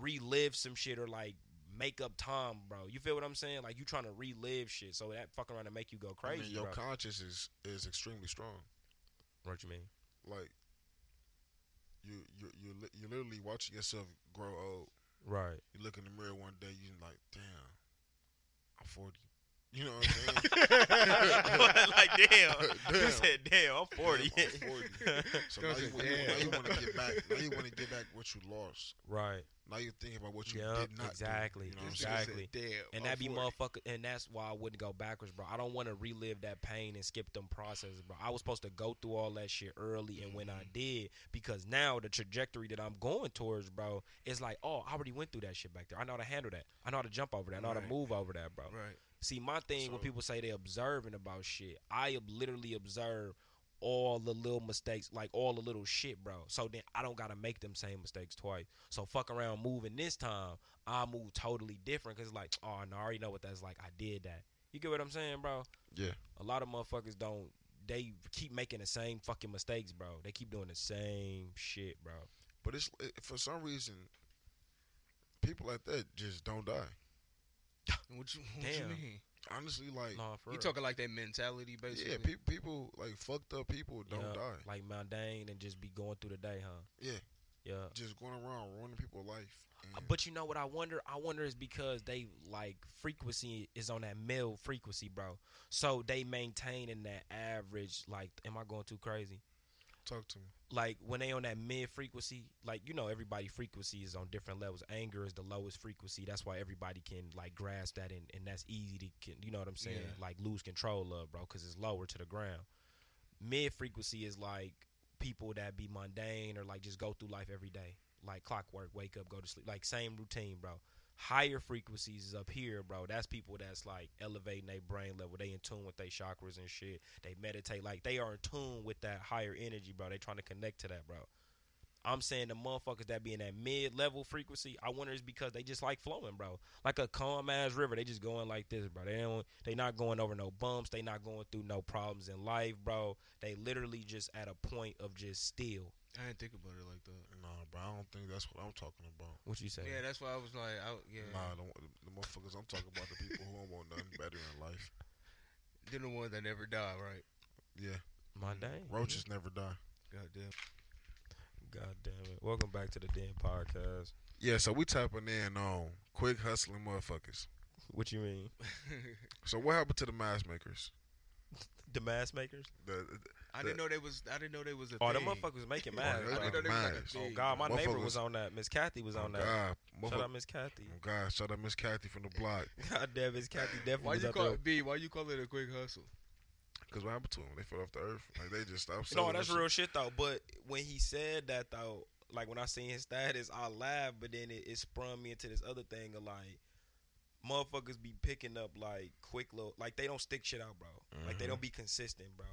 relive some shit or like make up time, bro. You feel what I'm saying? Like you trying to relive shit, so that fucking around to make you go I mean, crazy, your bro. conscience is is extremely strong. what you mean? Like you you you li- you literally watching yourself grow old. Right. You look in the mirror one day, you like, damn, I'm forty. You know what I'm saying? like damn. You Damn. said damn. I'm forty. Damn, I'm 40. So now Don't you, say wa- you- now you want to get back. Now you want to get back what you lost. right. Now you're thinking about what you Yup, did not exactly, Do, you know what I'm This nigga saying? said, Exactly. "Damn, and I'm that be 40." motherfucker, and that's why I wouldn't go backwards, bro. I don't want to relive that pain and skip them processes, bro. I was supposed to go through all that shit early, and when I did, because now the trajectory that I'm going towards, bro, is like, oh, I already went through that shit back there. I know how to handle that. I know how to jump over that. I know how to Right. move over that, bro. Right. See, my thing when So- people say they observing about shit, I ob- literally observe all the little mistakes, like all the little shit, bro. So then I don't gotta make them same mistakes twice. So fuck around moving this time, I move totally different because like, oh no, I already know what that's like. I did that. You get what I'm saying, bro? Yeah. A lot of motherfuckers don't. They keep making the same fucking mistakes, bro. They keep doing the same shit, bro. But it's it, for some reason, people like that just don't die. What you, what you Damn. mean? Honestly, like Nah, for You real. talking like that mentality, basically? yeah, pe- people like fucked up people don't Yeah, die. Like mundane and just be going through the day, huh? Yeah. Yeah. just going around ruining people's life. And But you know what I wonder? I wonder is because they like frequency is on that male frequency, bro. So they maintaining that average. Like, am I going too crazy? talk to me. Like when they on that mid frequency, like you know everybody frequency is on different levels. Anger is the lowest frequency. That's why everybody can like grasp that, and, and that's easy to can, you know what I'm saying? Yeah. Like lose control of, bro, because it's lower to the ground. Mid frequency is like people that be mundane or like just go through life every day, like clockwork, wake up, go to sleep, like same routine, bro. Higher frequencies is up here, bro. That's people that's like elevating their brain level. They in tune with their chakras and shit. They meditate, like they are in tune with that higher energy, bro. They trying to connect to that, bro. I'm saying the motherfuckers that be in that mid level frequency, I wonder is because they just like flowing, bro. Like a calm ass river, they just going like this, bro. They don't, they not going over no bumps, they not going through no problems in life, bro. They literally just at a point of just still. I didn't think about it like that. Nah, bro, I don't think that's what I'm talking about. What you say? Yeah, that's why I was like, I, yeah, Nah, the, the motherfuckers I'm talking about the people who don't want nothing better in life. they're the ones that never die, right? Yeah, My dang. roaches never die. Goddamn. God damn it. Welcome back to the damn podcast. Yeah, so we tapping in on quick hustling motherfuckers. What you mean? So what happened to the mask makers? The mask makers? The, I didn't know they was. I didn't know they was a. Oh, the thing. motherfuckers making I masks. didn't bro. know they was like a Masks. Oh thing. God, my neighbor Motherfuckers- was on that. Miss Kathy was on oh, that. God, Shout motherfucker- out Miss Kathy. oh, God, shout out Miss Kathy from the block. God damn, Miss Kathy definitely Why was you out call there it B? Why you call it a quick hustle? Cause what happened to them? They fell off the earth. Like they just stopped. No, selling that's them real shit though. But when he said that though, like when I seen his status, I laughed. But then it, it sprung me into this other thing of like, motherfuckers be picking up like quick little, like they don't stick shit out, bro. Like they don't be consistent, bro.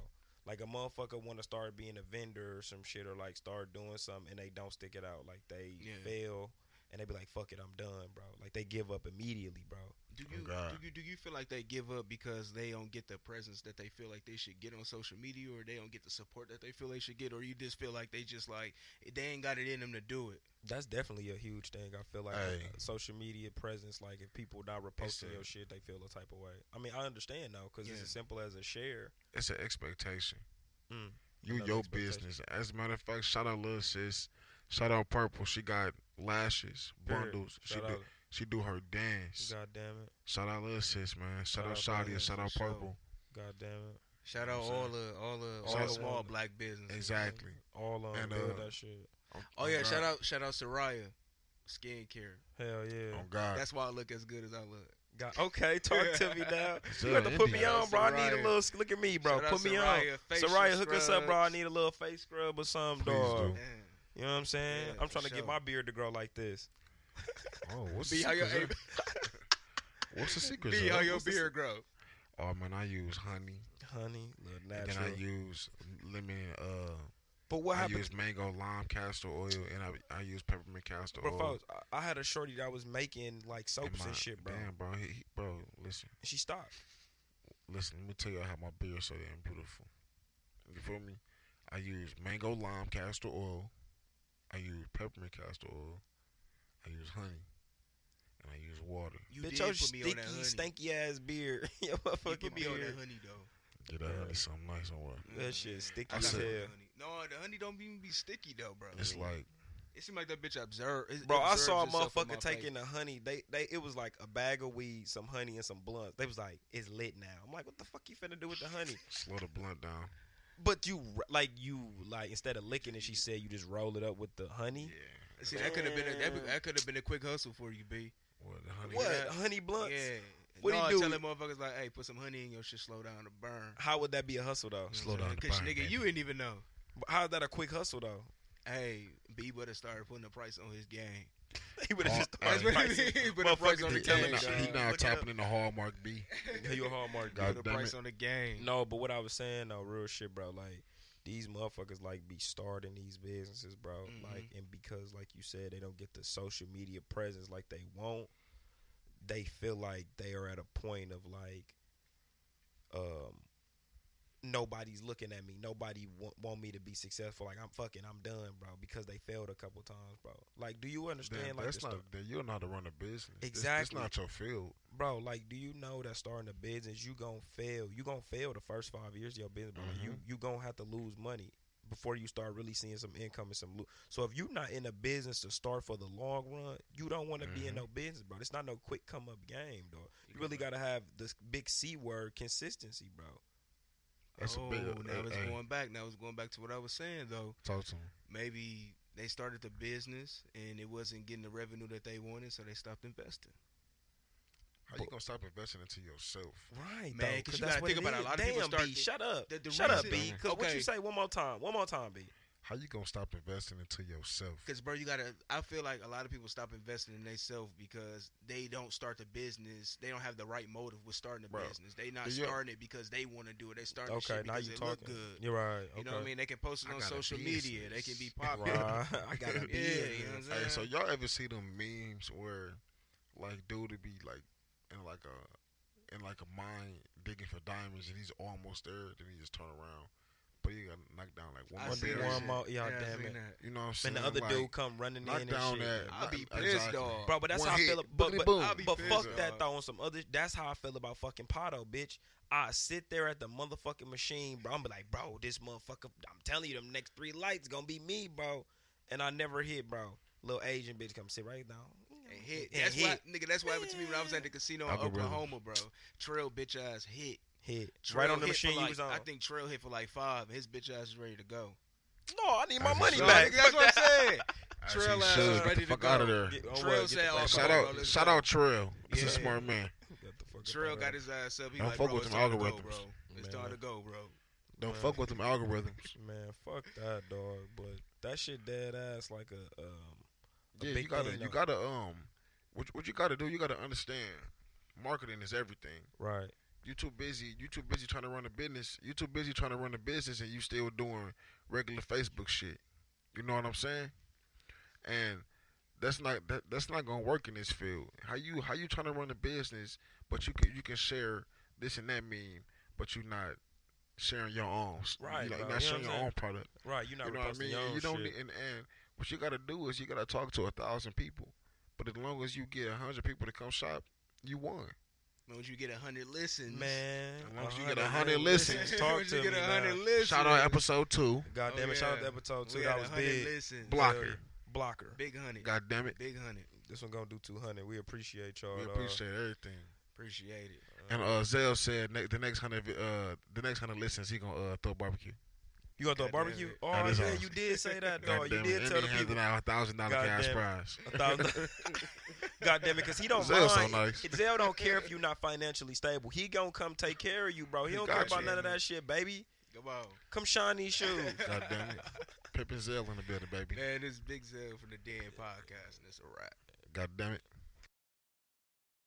Like a motherfucker want to start being a vendor or some shit, or like start doing something, and they don't stick it out. Like they Yeah. fail, and they be like, "Fuck it, I'm done, bro." Like they give up immediately, bro. Do Oh, you, God. do you do you feel like they give up because they don't get the presence that they feel like they should get on social media, or they don't get the support that they feel they should get, or you just feel like they just like they ain't got it in them to do it? That's definitely a huge thing. I feel like Hey. uh, social media presence, like if people not reposting your shit, they feel a type of way. I mean, I understand though, because it's Yeah. as simple as a share. It's an expectation. Mm. You Another your expectation. business. As a matter of fact, shout out little sis. Shout out purple. She got lashes, Period. bundles. She Shout do, out. she do her dance. God damn it. Shout out little sis, man. Shout, out Shout out Shadia. Shawty, Shout for out sure. purple. God damn it. Shout out You know all what I'm the all the Shout all the out small to- black businesses. Exactly. All on And, build uh, that shit. Oh yeah, God. shout out shout out Soraya, skincare. Hell yeah. Oh God. That's why I look as good as I look. God, okay, talk to me now. Shout You have to out put me India. on, bro. I need a Soraya. little. Look at me, bro. Shout out Put me Soraya, on. facial Soraya, hook us up, bro. I scrubs. need a little face scrub or something, Please dog. do. Damn. You know what I'm saying? Yeah, I'm for trying to get sure. my beard to grow like this. Oh, what's the B, how your secret? hey, Zell? What's the secret? B, how Zell? your What's the se- beard grow? Oh man, I use honey. Honey, little And natural. then I use lemon. Uh, but what I happened? use mango lime castor oil, and I I use peppermint castor Bro, Oh. oil. folks, I, I had a shorty that was making like in soaps my- and shit, bro. Damn, bro, he, he- bro, listen, She stopped. listen. Let me tell you how my beard so damn beautiful. You feel me? I use mango lime castor oil. I use peppermint castor oil. I use honey, and I use water. You Bitch, did your put me on stinky, that honey. stinky ass beard. your you put motherfucking me on beard. that honey though. Mm-hmm. Get that honey something nice and water. That shit sticky I I as said- hell. gotta put honey. No, the honey don't even be sticky though, bro. It's like it seemed like that bitch observed. it Bro, I observes saw a itself in motherfucker my taking face. the honey. They they it was like a bag of weed, some honey, and some blunts. They was like, it's lit now. I'm like, what the fuck you finna do with the honey? slow the blunt down. But you r- like you like instead of licking it, she said you just roll it up with the honey. See, that could have been a, that, be- that could have been a quick hustle for you, B. What the honey? What Yeah. honey blunts? Yeah. What do no, you do? Telling motherfuckers like, hey, put some honey in your shit, slow down the burn. How would that be a hustle though? Slow down the Cause burn, nigga, baby. you didn't even know. How is that a quick hustle though? Hey, B better start putting the price on his game. he would have Oh, just that's started. That's what I pricing. mean. Put the price Motherfuckers on the He, be he, telling game. now, you, he dog. now Put the- tapping in the hallmark B. Yeah, you a hallmark God Put the damn price it. on the game. No, but what I was saying though, real shit, bro. Like these motherfuckers like be starting these businesses, bro. Mhm. Mm-hmm. Like and because like you said, they don't get the social media presence like they want. They feel like they are at a point of like, um, nobody's looking at me. Nobody want, want me to be successful. Like I'm fucking, I'm done, bro. Because they failed a couple times, bro. Like, do you understand? Damn, like that's the not. sto- that- you don't know how to run a business. It's Exactly. not your field. bro like do you know that starting a Mm-hmm. business you gonna fail you gonna fail the first five years of your business bro. you you gonna have to lose money before you start really seeing some income and some loot. So if you're not in a business to start for the long run, you don't want to be in Mm-hmm. no business, bro. It's not no quick come up game, dog. You really got to have this big C word consistency, bro. That's oh, a big. now it's hey, going back. Now it's going back to what I was saying though. talk to him. Maybe they started the business and it wasn't getting the revenue that they wanted, so they stopped investing. How you gonna stop investing into yourself? Right, Man, though, 'cause 'cause you that's gotta what think it about it. A is. lot of people Damn, start B, to- shut up. the- the shut up, B. reason- 'Cause what Okay. you say one more time? One more time, B. How you gonna stop investing into yourself? Because bro, you gotta. I feel like a lot of people stop investing in themselves because they don't start the business. They don't have the right motive with starting the Bro, business. They not do you- starting it because they want to do it. They starting the Okay, shit now because you it look talking. good. You're right. Okay. You know what I mean? They can post it I on got a social media. They can business. be popular. Right. I got a Yeah, business. you know what I'm saying. Hey, so y'all ever see them memes where like dude would be like in like a in like a mine digging for diamonds and he's almost there, then he just turn around, but he got knocked down like one I more seen One, barrel. that one shit. more. Yeah, I damn seen it. that. You know what I'm And saying? the other like, dude come running in knock and down shit. that. I be knock- pissed, dog. Bro, but that's One how I hit, feel. But boogity but, boom. I be but pissed, fuck dog. that though. On some other, that's how I feel about fucking Pato, bitch. I sit there at the motherfucking machine, bro. I'm be like, bro, this motherfucker. I'm telling you, them next three lights gonna be me, bro. And I never hit, bro. Little Asian bitch come sit right down. And hit. And That's why, hit. nigga. That's what happened to me when I was at the casino in Algorithm. Oklahoma, bro. Trail bitch ass hit. Hit Trail right on the hit for machine like- you was on. I think Trail hit for like five. His bitch ass is ready to go. no, I need my As he money should. back. That's what I'm saying. As he Trail ass should. is Get ready the to fuck go. out of there. Get- oh, Trail well, get said, the "Oh, fuck shout bro, out, let's shout go." out, Trail. He's a Yeah. smart man. Get the fuck up Trail out got of his ass up. He Don't like, fuck bro, with it's time them to go, algorithms. bro. It's Man. time to go, bro. Don't Man. fuck with them there. algorithms. Man, fuck that dog. But that shit dead ass like a um a Yeah, big you gotta, thing, you though. gotta, um, what, what you gotta do? You gotta understand, marketing is everything. right. you too busy. You too busy trying to run a business. You too busy trying to run a business, and you still doing regular Facebook shit. You know what I'm saying? And that's not that, that's not gonna work in this field. How you how you trying to run a business, but you can you can share this and that meme, but you not sharing your own. Right, You, bro. are You know not sharing what I'm your saying? own product. Right, you're not you know what I reposting mean? your And own You don't shit. need, and, and what you gotta do is you gotta talk to a thousand people. But as long as you get a hundred people to come shop, you won. Man, once you get a hundred listens, Man, As long as you 100 get 100 listens, listens. talk once to you get me a now. hundred listens, Shout out episode two. God Oh, damn it! Shout out yeah. to episode two. we That had was 100 big. Listens. Blocker. Blocker. Big hundred. God damn it. Big hundred. This one gonna do two hundred. We appreciate y'all. We dawg. appreciate everything. Appreciate it. And uh, Zell said ne- the next hundred, vi- uh, the next hundred listens, he gonna uh, throw barbecue. You gonna throw a God damn barbecue? it. Oh That yeah, is awesome. you did say that, God dog. You damn it. did And tell the he handed people. out a thousand dollar God cash damn it. prize. A thousand- God damn it, because he don't Zell so mind. nice. Zell don't care if you're not financially stable. He gonna come take care of you, bro. He, He don't care got about you. none of that shit, baby. Come on. Come shine these shoes. God damn it. Pippin Zell in the building, baby. Man, this is Big Zell from the Dead Podcast, and it's a wrap. God damn it.